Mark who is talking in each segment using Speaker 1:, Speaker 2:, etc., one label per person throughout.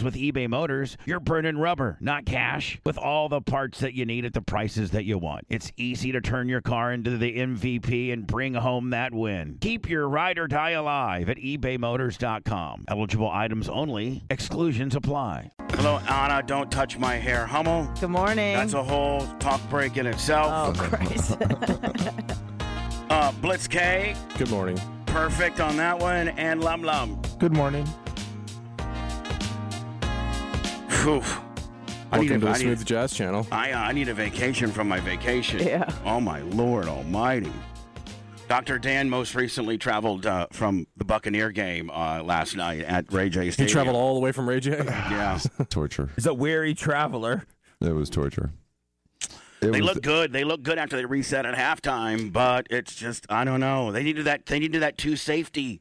Speaker 1: with eBay Motors, you're burning rubber, not cash. With all the parts that you need at the prices that you want, it's easy to turn your car into the MVP and bring home that win. Keep your ride or die alive at ebaymotors.com. Eligible items only, exclusions apply.
Speaker 2: Hello, Anna. Don't touch my hair, Hummel.
Speaker 3: Good morning.
Speaker 2: That's a whole talk break in itself.
Speaker 3: oh, Christ.
Speaker 2: Uh, Blitz K,
Speaker 4: Good morning.
Speaker 2: perfect on that one, and Lum Lum.
Speaker 5: Good morning.
Speaker 2: Whew. I need,
Speaker 4: Welcome
Speaker 2: a,
Speaker 4: to the
Speaker 2: I, need,
Speaker 4: Smooth Jazz Channel.
Speaker 2: I, uh, I need a vacation from my vacation.
Speaker 3: Yeah.
Speaker 2: Oh, my Lord Almighty. Dr. Dan most recently traveled uh, from the Buccaneer game uh, last night at Ray J
Speaker 4: He
Speaker 2: Stadium.
Speaker 4: traveled all the way from Ray J.
Speaker 2: Yeah.
Speaker 6: torture.
Speaker 7: He's a weary traveler.
Speaker 6: It was torture. It
Speaker 2: They
Speaker 6: was
Speaker 2: look good. They look good after they reset at halftime, but it's just I don't know. They needed that. They needed that two safety.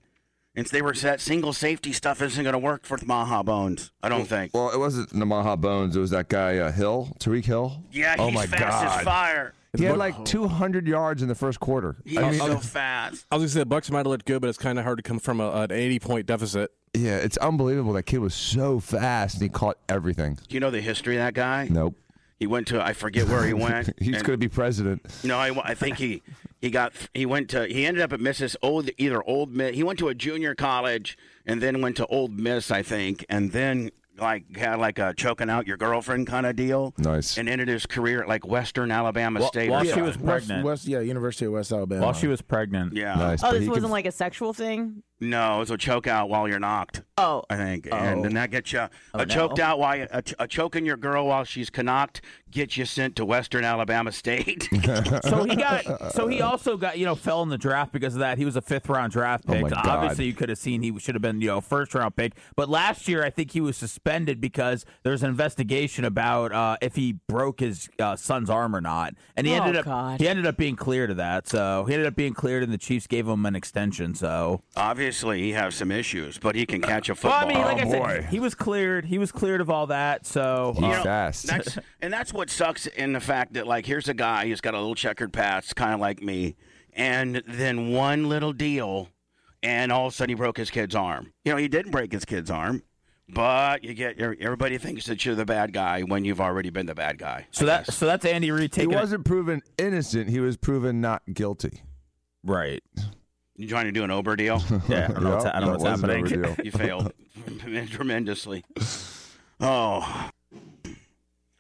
Speaker 2: Since they were that single safety stuff isn't going to work for the Maha Bones. I don't think.
Speaker 6: Well, it wasn't Namaha Bones. It was that guy uh, Hill, Tariq Hill.
Speaker 2: Yeah, he's
Speaker 6: oh my
Speaker 2: fast
Speaker 6: God.
Speaker 2: as fire.
Speaker 6: He had like 200 yards in the first quarter.
Speaker 2: He's
Speaker 6: I mean, uh,
Speaker 2: so fast.
Speaker 4: I was going to say the Bucks might have looked good, but it's kind of hard to come from a, an 80 point deficit.
Speaker 6: yeah, it's unbelievable. That kid was so fast and he caught everything.
Speaker 2: Do you know the history of that guy?
Speaker 6: Nope.
Speaker 2: He went to I forget where he went.
Speaker 6: He's
Speaker 2: and-
Speaker 6: going to be president.
Speaker 2: No, I, I think he he got he went to he ended up at Mrs. Old either Old Miss. He went to a junior college and then went to Old Miss, I think, and then like had like a choking out your girlfriend kind of deal.
Speaker 6: Nice.
Speaker 2: And ended his career at like Western Alabama
Speaker 7: While,
Speaker 2: State.
Speaker 7: while
Speaker 2: or
Speaker 7: she
Speaker 2: something.
Speaker 7: was
Speaker 5: West,
Speaker 7: pregnant.
Speaker 5: West, yeah, University of West Alabama.
Speaker 7: While she was pregnant.
Speaker 2: yeah.
Speaker 6: Nice.
Speaker 3: oh,
Speaker 6: but
Speaker 3: this
Speaker 6: he
Speaker 3: wasn't
Speaker 6: can-
Speaker 3: like a sexual thing?
Speaker 2: No, it's a choke out while you're knocked.
Speaker 3: Oh,
Speaker 2: I think, and then that gets you a
Speaker 7: Oh, no.
Speaker 2: choked out while a, a choking your girl while she's knocked gets you sent to Western Alabama State.
Speaker 7: So he got. So he also got. You know, fell in the draft because of that. He was a fifth round draft
Speaker 6: Oh,
Speaker 7: pick.
Speaker 6: my God.
Speaker 7: Obviously, you could have seen he should have been you know first round pick. But last year, I think he was suspended because there's an investigation about uh, if he broke his uh, son's arm or not, and he
Speaker 3: Oh,
Speaker 7: ended up
Speaker 3: God.
Speaker 7: he ended up being cleared of that. So he ended up being cleared, and the Chiefs gave him an extension. So
Speaker 2: Obviously, he has some issues, but he can catch a
Speaker 7: well,
Speaker 2: football.
Speaker 7: I mean, like I
Speaker 6: Oh,
Speaker 7: said,
Speaker 6: boy.
Speaker 7: he was cleared. He was cleared of all that. So
Speaker 6: He's
Speaker 2: You know,
Speaker 6: fast.
Speaker 2: That's and that's what sucks in the fact that like here's a guy who's got a little checkered past, kind of like me, and then one little deal, and all of a sudden he broke his kid's arm. You know, he didn't break his kid's arm, but you get er, everybody thinks that you're the bad guy when you've already been the bad guy.
Speaker 7: so that so that's Andy Reid
Speaker 6: He
Speaker 7: taking it-
Speaker 6: wasn't proven innocent. He was proven not guilty.
Speaker 7: right.
Speaker 2: You trying to do an Ober deal?
Speaker 7: Yeah, I don't know what's, I don't know
Speaker 6: that
Speaker 7: what's
Speaker 6: was an
Speaker 7: happening.
Speaker 6: overdeal.
Speaker 2: You failed tremendously. Oh.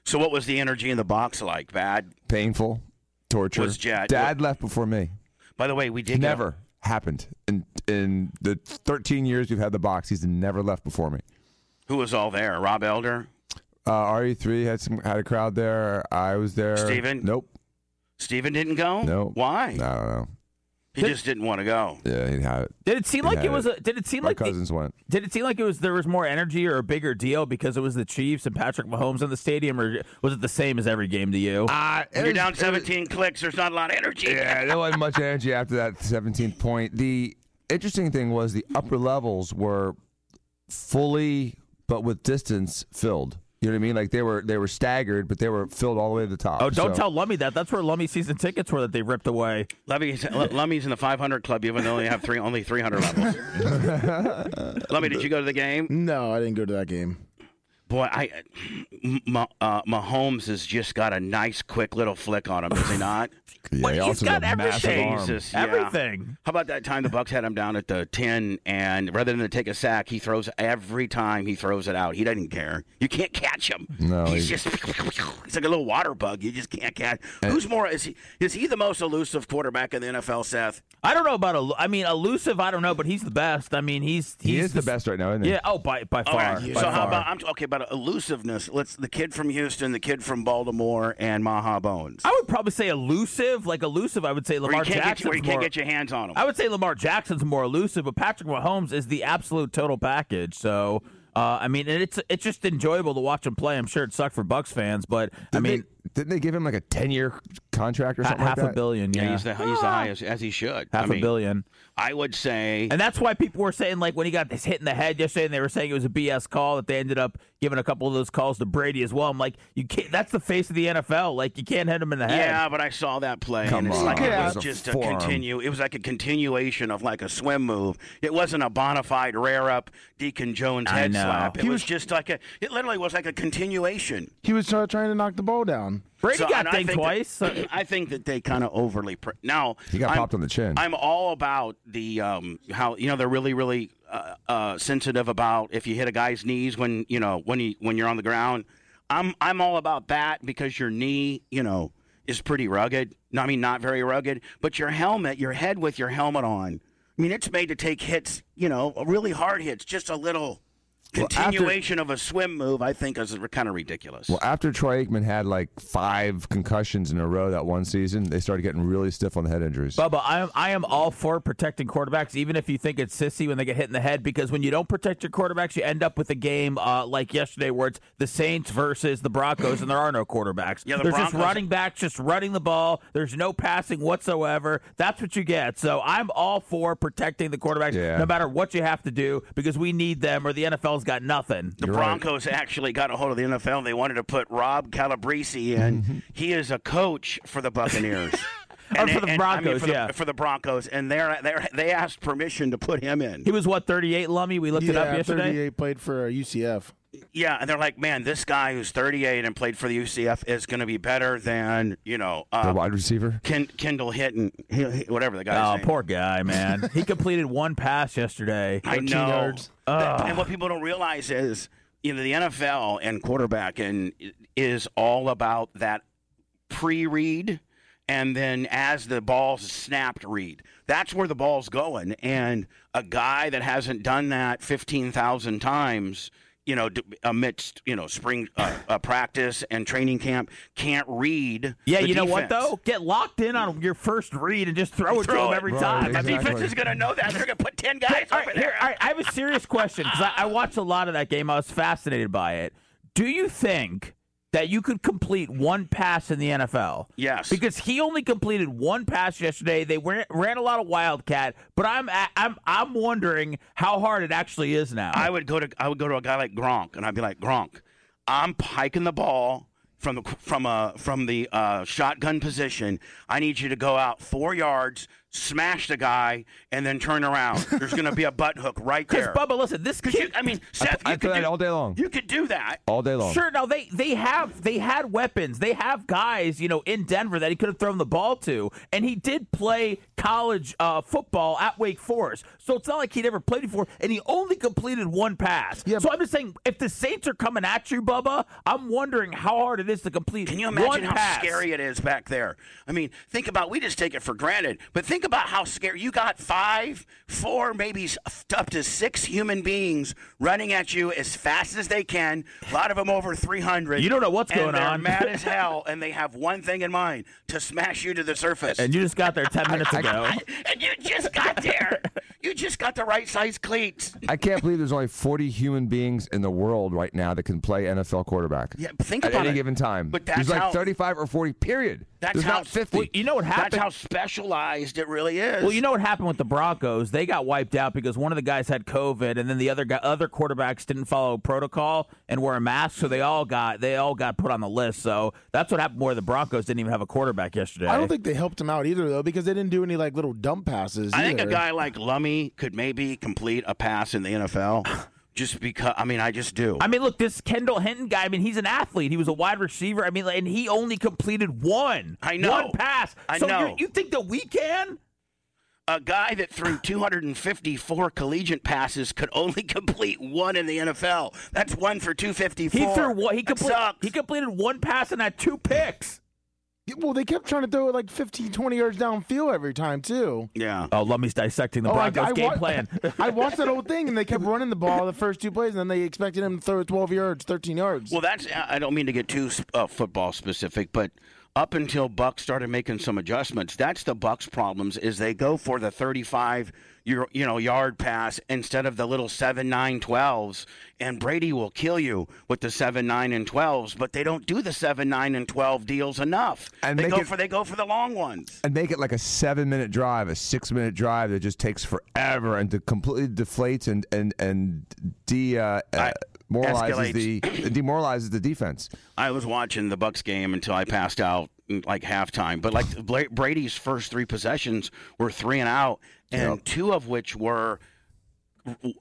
Speaker 2: So what was the energy in the box like? Bad.
Speaker 6: Painful, torture.
Speaker 2: Was Jad-
Speaker 6: Dad left before me.
Speaker 2: By the way, we did get a-
Speaker 6: Never happened in in the 13 years we've had the box. He's never left before me.
Speaker 2: who was all there? Rob Elder,
Speaker 6: Uh, RE3 had some had a crowd there. I was there.
Speaker 2: Steven?
Speaker 6: Nope.
Speaker 2: Steven didn't go.
Speaker 6: Nope.
Speaker 2: Why?
Speaker 6: I don't know.
Speaker 2: He just didn't want to go.
Speaker 6: Yeah, he had it.
Speaker 7: Did it seem
Speaker 6: They
Speaker 7: like
Speaker 6: had
Speaker 7: it was? A, did it seem
Speaker 6: My
Speaker 7: like the-
Speaker 6: cousins went.
Speaker 7: Did it seem like it was there was more energy or a bigger deal because it was the Chiefs and Patrick Mahomes in the stadium, or was it the same as every game to you?
Speaker 6: Uh,
Speaker 2: When you're down 17 clicks. There's not a lot of energy.
Speaker 6: Yeah, there wasn't much energy after that 17th point. The interesting thing was the upper levels were fully, but with distance filled. You know what I mean? Like they were they were staggered, but they were filled all the way to the top.
Speaker 7: oh, don't
Speaker 6: So-
Speaker 7: tell Lummy that. That's where Lummy season tickets were that they ripped away.
Speaker 2: Lummy's, L- Lummy's in the 500 club, even though they have three only 300 levels. Lummy, did you go to the game?
Speaker 5: No, I didn't go to that game.
Speaker 2: Boy, I Ma, uh, Mahomes has just got a nice, quick little flick on him, does he not?
Speaker 6: Yeah,
Speaker 7: But
Speaker 6: he
Speaker 7: he's
Speaker 6: also
Speaker 7: got
Speaker 6: had a massive
Speaker 7: everything.
Speaker 6: arm.
Speaker 2: Jesus, yeah.
Speaker 7: Everything.
Speaker 2: How about that time the Bucks had him down at the 10, and rather than take a sack, he throws every time he throws it out. He doesn't care. You can't catch him.
Speaker 6: No,
Speaker 2: he's
Speaker 6: he-
Speaker 2: just he's like a little water bug. You just can't catch. Who's more is he? Is he the most elusive quarterback in the NFL, Seth?
Speaker 7: I don't know about el- I mean elusive. I don't know, but he's the best. I mean he's, he's
Speaker 6: He is the best right now, isn't he?
Speaker 7: Yeah. Oh, by by far.
Speaker 2: Okay,
Speaker 7: by
Speaker 2: so how
Speaker 7: far.
Speaker 2: about I'm okay? But about elusiveness. Let's the kid from Houston, the kid from Baltimore, and Maha Bones.
Speaker 7: I would probably say elusive, like elusive. I would say
Speaker 2: Where
Speaker 7: Lamar
Speaker 2: you, can't get,
Speaker 7: Jackson's
Speaker 2: where you
Speaker 7: more.
Speaker 2: can't get your hands on him.
Speaker 7: I would say Lamar Jackson's more elusive, but Patrick Mahomes is the absolute total package. So. Uh, I mean, and it's it's just enjoyable to watch him play. I'm sure it sucked for Bucks fans, but I
Speaker 6: Didn't
Speaker 7: mean,
Speaker 6: they, didn't they give him like a ten-year contract or
Speaker 7: ha-
Speaker 6: something
Speaker 7: half
Speaker 6: like that?
Speaker 7: a billion, yeah,
Speaker 2: yeah, he's the he's the highest as he should.
Speaker 7: half
Speaker 2: I
Speaker 7: a
Speaker 2: mean,
Speaker 7: billion.
Speaker 2: I would say
Speaker 7: And that's why people were saying, like, when he got this hit in the head yesterday, and they were saying it was a BS call, that they ended up giving a couple of those calls to Brady as well. I'm like, you can't. That's the face of the NFL. Like, you can't hit him in the head.
Speaker 2: Yeah, but I saw that play,
Speaker 6: Come
Speaker 2: and it's
Speaker 6: on.
Speaker 2: like it
Speaker 6: Yeah.
Speaker 2: was
Speaker 6: It was a
Speaker 2: just a
Speaker 6: forearm.
Speaker 2: continue. It was like a continuation of like a swim move. It wasn't a bona fide rear up Deacon Jones
Speaker 7: I
Speaker 2: head
Speaker 7: know.
Speaker 2: slap. It
Speaker 7: He
Speaker 2: was just like a. It literally was like a continuation.
Speaker 5: He was try- trying to knock the ball down.
Speaker 7: Brady
Speaker 2: So, and
Speaker 7: got
Speaker 2: I
Speaker 7: dinged
Speaker 2: think
Speaker 7: twice.
Speaker 2: that- I think that they kind of overly. Pre- now
Speaker 6: He got
Speaker 2: I'm-
Speaker 6: popped on the chin.
Speaker 2: I'm all about the um, how you know they're really really uh, uh, sensitive about if you hit a guy's knees when you know when he when you're on the ground. I'm I'm all about that because your knee you know is pretty rugged. No, I mean not very rugged, but your helmet, your head with your helmet on. I mean it's made to take hits, you know, really hard hits. Just a little
Speaker 6: after-
Speaker 2: continuation of a swim move, I think, is kind of ridiculous.
Speaker 6: Well, after Troy Aikman had like five concussions in a row that one season, they started getting really stiff on the head injuries.
Speaker 7: Bubba, I am I am all for protecting quarterbacks, even if you think it's sissy when they get hit in the head, because when you don't protect your quarterbacks, you end up with a game uh, like yesterday where it's the Saints versus the Broncos, and there are no quarterbacks.
Speaker 2: Yeah, the
Speaker 7: There's just
Speaker 2: Broncos-
Speaker 7: running backs, just running the ball. There's no passing whatsoever. That's what you get. So I'm all for protecting the quarterbacks,
Speaker 6: Yeah.
Speaker 7: no matter what you have to do, because we need them, or the NFL's got nothing.
Speaker 2: The Broncos actually got a hold of the NFL. They wanted to put Rob Calabrese in. he is a coach for the Buccaneers.
Speaker 7: Mm-hmm. Or for the
Speaker 2: I mean,
Speaker 7: Broncos,
Speaker 2: for the,
Speaker 7: yeah.
Speaker 2: for the Broncos, and they're, they're, they asked permission to put him in.
Speaker 7: He was what 38 Lummy. We looked it up
Speaker 5: yeah,
Speaker 7: yesterday.
Speaker 5: 38 played for uh, UCF.
Speaker 2: Yeah, and they're like, man, this guy who's 38 and played for the UCF is going to be better than you know
Speaker 6: the
Speaker 2: uh,
Speaker 6: wide receiver.
Speaker 2: Ken, Kendall Hinton, he- he- whatever the guy's
Speaker 7: Oh,
Speaker 2: name.
Speaker 7: poor guy, man. he completed one pass yesterday.
Speaker 2: I
Speaker 5: 14
Speaker 2: know.
Speaker 5: yards.
Speaker 2: That- and what people don't realize is, you know, the NFL and quarterback and is all about that pre-read and then as the ball's snapped read. That's where the ball's going. And a guy that hasn't done that 15,000 times, you know, d- amidst, you know, spring uh, uh, practice and training camp can't read.
Speaker 7: Yeah,
Speaker 2: the
Speaker 7: you know what
Speaker 2: defense.
Speaker 7: though? Get locked in on your first read and just throw it to
Speaker 2: Throw
Speaker 7: them
Speaker 2: it.
Speaker 7: every
Speaker 6: Right,
Speaker 7: time.
Speaker 2: The
Speaker 7: I mean,
Speaker 6: exactly.
Speaker 2: defense is going to know that. They're going to put 10 guys
Speaker 7: all
Speaker 2: over
Speaker 7: right,
Speaker 2: there.
Speaker 7: here, all right, I have a serious question because I, I watched a lot of that game. I was fascinated by it. Do you think that you could complete one pass in the NFL?
Speaker 2: Yes.
Speaker 7: Because he only completed one pass yesterday. They ran, ran a lot of wildcat, but I'm a- I'm I'm wondering how hard it actually is now.
Speaker 2: I would go to I would go to a guy like Gronk, and I'd be like Gronk, I'm hiking the ball from the from a from the uh, shotgun position. I need you to go out four yards, smash the guy, and then turn around. There's going to be a butt hook right
Speaker 7: because
Speaker 2: there.
Speaker 7: Bubba, listen, this
Speaker 2: Because you,
Speaker 7: kid
Speaker 2: I mean, Seth,
Speaker 6: I
Speaker 2: you could
Speaker 6: play that
Speaker 2: do,
Speaker 6: all day long.
Speaker 2: You could do that.
Speaker 6: All day long.
Speaker 7: Sure, no, they they have they had weapons. They have guys, you know, in Denver that he could have thrown the ball to, and he did play college uh, football at Wake Forest. So it's not like he never played before, and he only completed one pass.
Speaker 5: Yeah,
Speaker 7: so I'm just saying, if the Saints are coming at you, Bubba, I'm wondering how hard it is to complete.
Speaker 2: Can you
Speaker 7: one
Speaker 2: imagine how
Speaker 7: pass.
Speaker 2: scary it is back there? I mean, think about we just take it for granted, but think about how scary you got five, four, maybe s- up to six human beings running at you as fast as they can. A lot of them over three hundred.
Speaker 7: You don't know what's going
Speaker 2: and they're
Speaker 7: on.
Speaker 2: Mad as hell, and they have one thing in mind: to smash you to the surface.
Speaker 7: And you just got there ten minutes ago.
Speaker 2: And you just got there. you just got the right size cleats.
Speaker 6: I can't believe there's only 40 human beings in the world right now that can play NFL quarterback.
Speaker 2: Yeah, think
Speaker 6: at
Speaker 2: about
Speaker 6: any
Speaker 2: it.
Speaker 6: given time.
Speaker 2: But
Speaker 6: there's
Speaker 2: that's
Speaker 6: like
Speaker 2: how-
Speaker 6: 35 or 40. Period.
Speaker 2: That's
Speaker 6: there's
Speaker 2: how
Speaker 6: not 50.
Speaker 7: Well, you know what happened?
Speaker 2: That's how specialized it really is.
Speaker 7: Well, you know what happened with the Broncos? They got wiped out because one of the guys had COVID, and then the other guy, other quarterbacks didn't follow protocol and wear a mask, so they all got they all got put on the list. So that's what happened. Where the Broncos didn't even have a quarterback yesterday.
Speaker 5: I don't think they helped him out either though because they didn't do any like little dump passes.
Speaker 2: I think a
Speaker 5: either.
Speaker 2: guy like Lummy could maybe complete a pass in the NFL just because. I mean, I just do.
Speaker 7: I mean, look, this Kendall Hinton guy. I mean, he's an athlete. He was a wide receiver. I mean, like, and he only completed one.
Speaker 2: I know.
Speaker 7: one pass.
Speaker 2: I
Speaker 7: so you're-
Speaker 2: know.
Speaker 7: You think that we can?
Speaker 2: a guy that threw 254 collegiate passes could only complete one in the NFL. That's one for 254.
Speaker 7: He threw one. He,
Speaker 2: That
Speaker 7: comple-
Speaker 2: sucks.
Speaker 7: he completed one pass and had two picks.
Speaker 5: Well, they kept trying to throw it like 15, 20 yards downfield every time too.
Speaker 2: Yeah.
Speaker 7: Oh, Lummy's dissecting the Broncos game
Speaker 5: wa-
Speaker 7: plan.
Speaker 5: I watched that whole thing, and they kept running the ball the first two plays, and then they expected him to throw it 12 yards, 13 yards.
Speaker 2: Well, that's. I I don't mean to get too uh, football specific, but up until Buck started making some adjustments, that's the Bucks' problems. Is they go for the thirty-five, your you know yard pass instead of the little seven, nine, twelves, and Brady will kill you with the seven, nine, and twelves. But they don't do the seven, nine, and twelve deals enough.
Speaker 6: And
Speaker 2: they
Speaker 6: make
Speaker 2: go
Speaker 6: it-
Speaker 2: for they go for the long ones.
Speaker 6: and make it like a seven minute drive, a six minute drive that just takes forever and to completely deflates and and and de uh, uh, moralizes
Speaker 2: escalates.
Speaker 6: the demoralizes the defense.
Speaker 2: I was watching the Bucks game until I passed out mm, like halftime. But like Bla- Brady's first three possessions were three and out, and two of which were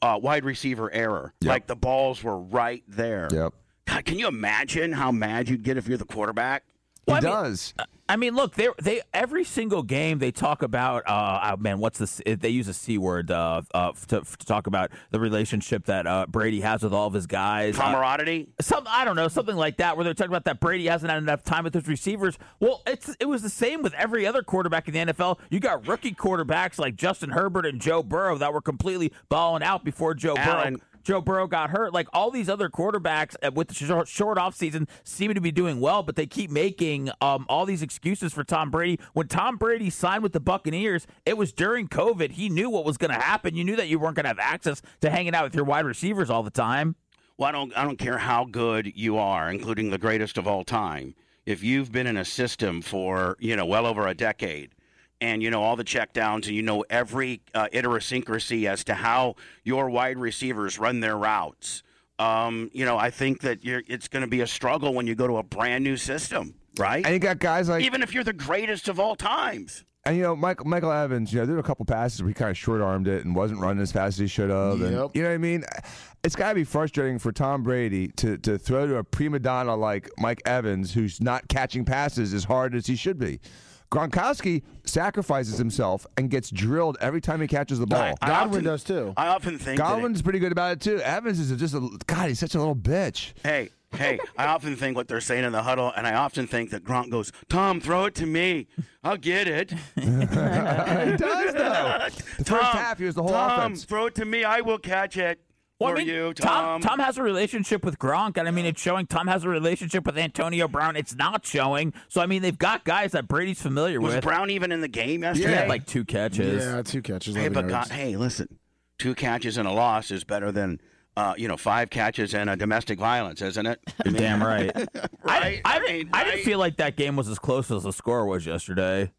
Speaker 2: uh, wide receiver error. Like the balls were right there.
Speaker 6: Yep,
Speaker 2: God, can you imagine how mad you'd get if you're the quarterback?
Speaker 6: he
Speaker 7: Well, I mean-
Speaker 6: does.
Speaker 7: I mean, look, they they every single game they talk about. Uh, oh, man, what's this? They use a c word uh, uh, to, to talk about the relationship that uh, Brady has with all of his guys. Uh,
Speaker 2: Camaraderie.
Speaker 7: some I don't know something like that where they're talking about that Brady hasn't had enough time with his receivers. Well, it's it was the same with every other quarterback in the NFL. You got rookie quarterbacks like Justin Herbert and Joe Burrow that were completely balling out before Joe
Speaker 2: Allen.
Speaker 7: Burrow. Joe Burrow got hurt. Like all these other quarterbacks uh, with the short, short offseason seem to be doing well, but they keep making um, all these excuses for Tom Brady. When Tom Brady signed with the Buccaneers, it was during COVID. He knew what was going to happen. You knew that you weren't going to have access to hanging out with your wide receivers all the time.
Speaker 2: Well, I don't. I don't care how good you are, including the greatest of all time. If you've been in a system for you know well over a decade, and you know all the checkdowns, and you know every uh, idiosyncrasy as to how your wide receivers run their routes, um, you know I think that you're, it's going to be a struggle when you go to a brand new system, right?
Speaker 6: And you got guys like
Speaker 2: Even if you're the greatest of all times.
Speaker 6: and you know Michael Michael Evans. You know there were a couple passes where he kind of short armed it and wasn't running as fast as he should have. And,
Speaker 5: Yep.
Speaker 6: you know what I mean? It's got to be frustrating for Tom Brady to to throw to a prima donna like Mike Evans, who's not catching passes as hard as he should be. Gronkowski sacrifices himself and gets drilled every time he catches the ball.
Speaker 2: I
Speaker 5: Godwin
Speaker 2: often-
Speaker 5: does too.
Speaker 2: I often think that it-
Speaker 6: Godwin's pretty good about it too. Evans is just a God. He's such a little bitch.
Speaker 2: Hey, hey, I often think what they're saying in the huddle, and I often think that Gronk goes, Tom, throw it to me. I'll get it.
Speaker 6: he does though. The
Speaker 2: Tom,
Speaker 6: first half, he was the whole
Speaker 2: Tom,
Speaker 6: offense.
Speaker 2: throw it to me. I will catch it.
Speaker 7: Well,
Speaker 2: for
Speaker 7: I mean,
Speaker 2: you,
Speaker 7: Tom,
Speaker 2: Tom.
Speaker 7: Tom has a relationship with Gronk, and I mean, it's showing. Tom has a relationship with Antonio Brown. It's not showing. So I mean, they've got guys that Brady's familiar
Speaker 2: was
Speaker 7: with.
Speaker 2: Brown even in the game
Speaker 7: He
Speaker 2: yesterday?
Speaker 7: had like two catches.
Speaker 5: yeah, two catches.
Speaker 2: hey,
Speaker 5: 11
Speaker 2: but
Speaker 5: yards.
Speaker 2: God, hey, listen, two catches and a loss is better than. Uh, you know, five catches and a domestic violence, isn't it? I mean,
Speaker 7: Damn right.
Speaker 2: right?
Speaker 7: I, I,
Speaker 2: mean,
Speaker 7: I didn't
Speaker 2: right?
Speaker 7: feel like that game was as close as the score was yesterday.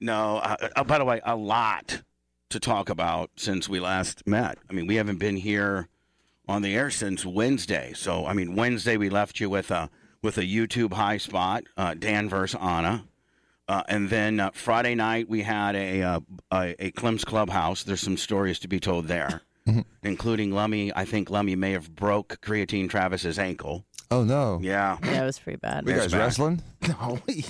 Speaker 2: No. Uh, uh, by the way, a lot to talk about since we last met. I mean, we haven't been here on the air since Wednesday. So, I mean, Wednesday we left you with a with a YouTube high spot, uh, Dan versus Anna, uh, and then uh, Friday night we had a, uh, a a Clem's Clubhouse. There's some stories to be told there. Including Lummy, I think Lummy may have broke creatine Travis's ankle.
Speaker 6: Oh no.
Speaker 2: Yeah,
Speaker 3: Yeah, it was pretty bad.
Speaker 6: You
Speaker 2: Yeah.
Speaker 6: guys
Speaker 2: It's back.
Speaker 6: wrestling?
Speaker 5: Golly.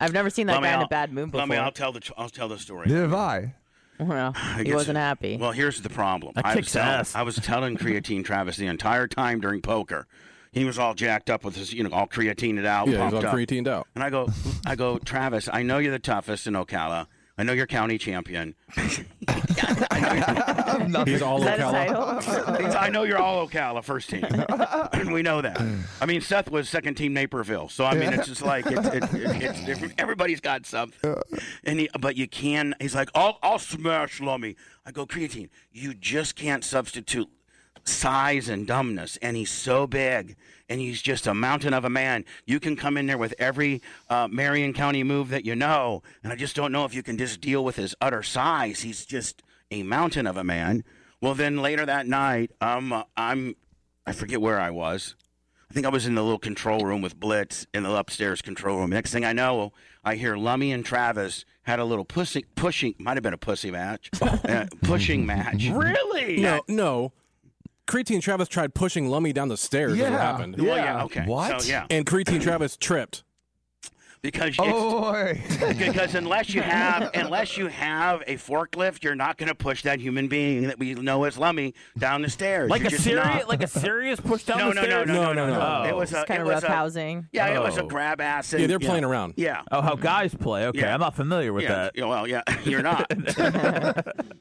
Speaker 3: I've never seen that
Speaker 2: Lummi,
Speaker 3: guy in
Speaker 2: I'll-
Speaker 3: a bad mood before.
Speaker 2: Lummi, I'll tell the I'll tell the story.
Speaker 6: Neither have I.
Speaker 3: Well, he
Speaker 2: guess
Speaker 3: wasn't
Speaker 2: it-
Speaker 3: happy.
Speaker 2: Well, here's the problem.
Speaker 7: That
Speaker 2: I was,
Speaker 7: kicks
Speaker 2: telling,
Speaker 7: ass.
Speaker 2: I was telling creatine Travis the entire time during poker. He was all jacked up with his, you know, all creatined out,
Speaker 4: Yeah,
Speaker 2: pumped
Speaker 4: he's all
Speaker 2: up.
Speaker 4: creatined out.
Speaker 2: And I go, I go, Travis. I know you're the toughest in Ocala. I know you're county champion.
Speaker 4: He's all
Speaker 3: Is that his
Speaker 4: Ocala.
Speaker 3: title?
Speaker 2: I know you're all Ocala first team, and we know that. I mean, Seth was second team Naperville, so I mean, it's just like it, it, it, it's everybody's got something. And he, but you can. He's like, I'll I'll smash Lummy. I go creatine. You just can't substitute size and dumbness. And he's so big, and he's just a mountain of a man. You can come in there with every uh, Marion County move that you know, and I just don't know if you can just deal with his utter size. He's just a mountain of a man. Well, then later that night, um, uh, I'm, I forget where I was. I think I was in the little control room with Blitz in the upstairs control room. Next thing I know, I hear Lummy and Travis had a little pussy, pushing, might have been a pussy match, uh, pushing match. Really?
Speaker 4: No, no. Creatine Travis tried pushing Lummy down the stairs. Is
Speaker 5: Yeah.
Speaker 4: what happened.
Speaker 2: Well, yeah.
Speaker 5: Yeah.
Speaker 2: Okay.
Speaker 6: What?
Speaker 2: So, yeah.
Speaker 4: And Creatine Travis tripped.
Speaker 2: because it's,
Speaker 6: Oh, hey.
Speaker 2: because unless you have unless you have a forklift, you're not going to push that human being that we know as Lummy down the stairs.
Speaker 7: Like
Speaker 2: You're
Speaker 7: a
Speaker 2: just
Speaker 7: serious,
Speaker 2: not.
Speaker 7: like a serious push down
Speaker 2: no,
Speaker 7: the
Speaker 2: no, no,
Speaker 7: stairs. Oh.
Speaker 2: no, no, no,
Speaker 7: no.
Speaker 2: It was a,
Speaker 3: It's kind
Speaker 2: it
Speaker 3: of
Speaker 2: was
Speaker 3: rough
Speaker 2: a,
Speaker 3: housing.
Speaker 2: Yeah, it was a
Speaker 7: Oh.
Speaker 2: grab ass.
Speaker 4: Yeah,
Speaker 2: and-
Speaker 4: they're playing around.
Speaker 2: Yeah.
Speaker 7: Oh, how guys play? Okay,
Speaker 2: Yeah.
Speaker 7: I'm not familiar with
Speaker 2: yeah,
Speaker 7: that.
Speaker 2: yeah, well, yeah, you're not.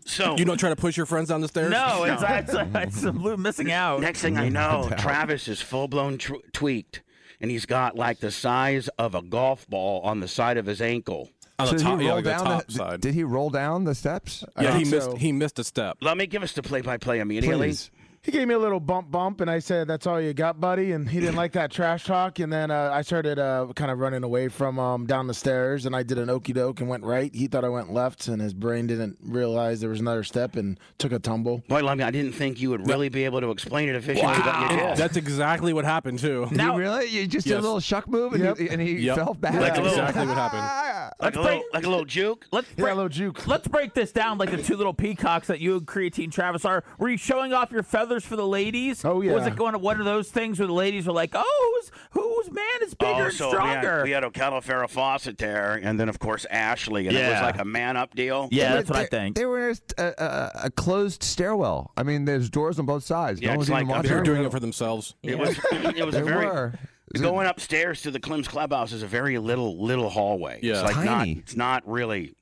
Speaker 2: so
Speaker 4: You don't try to push your friends down the stairs.
Speaker 7: No, it's,
Speaker 2: No.
Speaker 7: it's, it's, I'm missing out.
Speaker 2: next thing I know, Travis is full blown tw- tweaked, and he's got like the size of a golf ball on the side of his ankle.
Speaker 4: on the
Speaker 6: So
Speaker 4: top,
Speaker 6: did he
Speaker 4: yeah,
Speaker 6: roll
Speaker 4: like the
Speaker 6: down
Speaker 4: top
Speaker 6: the-
Speaker 4: side.
Speaker 6: Did he roll down the steps? Uh,
Speaker 4: yeah, he
Speaker 5: think
Speaker 4: missed.
Speaker 5: so.
Speaker 4: He missed a step.
Speaker 2: Let me give us the play by play immediately.
Speaker 6: Please.
Speaker 5: He gave me a little bump, bump, and I said, "That's all you got, buddy." And he didn't like that trash talk. And then uh, I started uh, kind of running away from um, down the stairs, and I did an okey doke and went right. He thought I went left, and his brain didn't realize there was another step and took a tumble.
Speaker 2: Boy, Lummy, I didn't think you would really be able to explain it efficiently, but you
Speaker 4: And
Speaker 2: did.
Speaker 4: That's exactly what happened too.
Speaker 6: Did
Speaker 7: Now-
Speaker 6: he really? You just did a
Speaker 4: Yes.
Speaker 6: little shuck move and
Speaker 5: Yep.
Speaker 6: he, and he
Speaker 4: Yep.
Speaker 6: fell back.
Speaker 4: That's
Speaker 2: Like a little-
Speaker 4: exactly what happened.
Speaker 2: like, a
Speaker 7: Let's
Speaker 2: little, like a little juke.
Speaker 7: Let's
Speaker 5: Yeah,
Speaker 7: break-
Speaker 5: little juke.
Speaker 7: Let's break this down like the two little peacocks that you and Creatine Travis are. Were you showing off your feathers for the ladies?
Speaker 5: Oh, yeah.
Speaker 7: Was it going to one of those things where the ladies were like, "Oh, who's whose man is bigger
Speaker 2: oh,
Speaker 7: and
Speaker 2: so
Speaker 7: stronger?"
Speaker 2: We had, we had O'Callaghan Fawcett there, and then of course Ashley, and it was
Speaker 7: Yeah.
Speaker 2: like a man up deal.
Speaker 7: yeah, that's
Speaker 6: But
Speaker 7: what I
Speaker 6: they-
Speaker 7: think.
Speaker 6: They were in a, a, a- a closed stairwell. I mean, there's doors on both sides.
Speaker 2: Yeah,
Speaker 6: no
Speaker 2: it's
Speaker 6: one's even
Speaker 2: like up
Speaker 6: watching.
Speaker 4: They're doing it for themselves.
Speaker 2: It was it was
Speaker 6: They
Speaker 2: a very
Speaker 6: were. Is it-
Speaker 2: going upstairs to the Clem's clubhouse is a very little little hallway.
Speaker 4: Yeah.
Speaker 2: It's like
Speaker 6: Tiny.
Speaker 2: not it's not really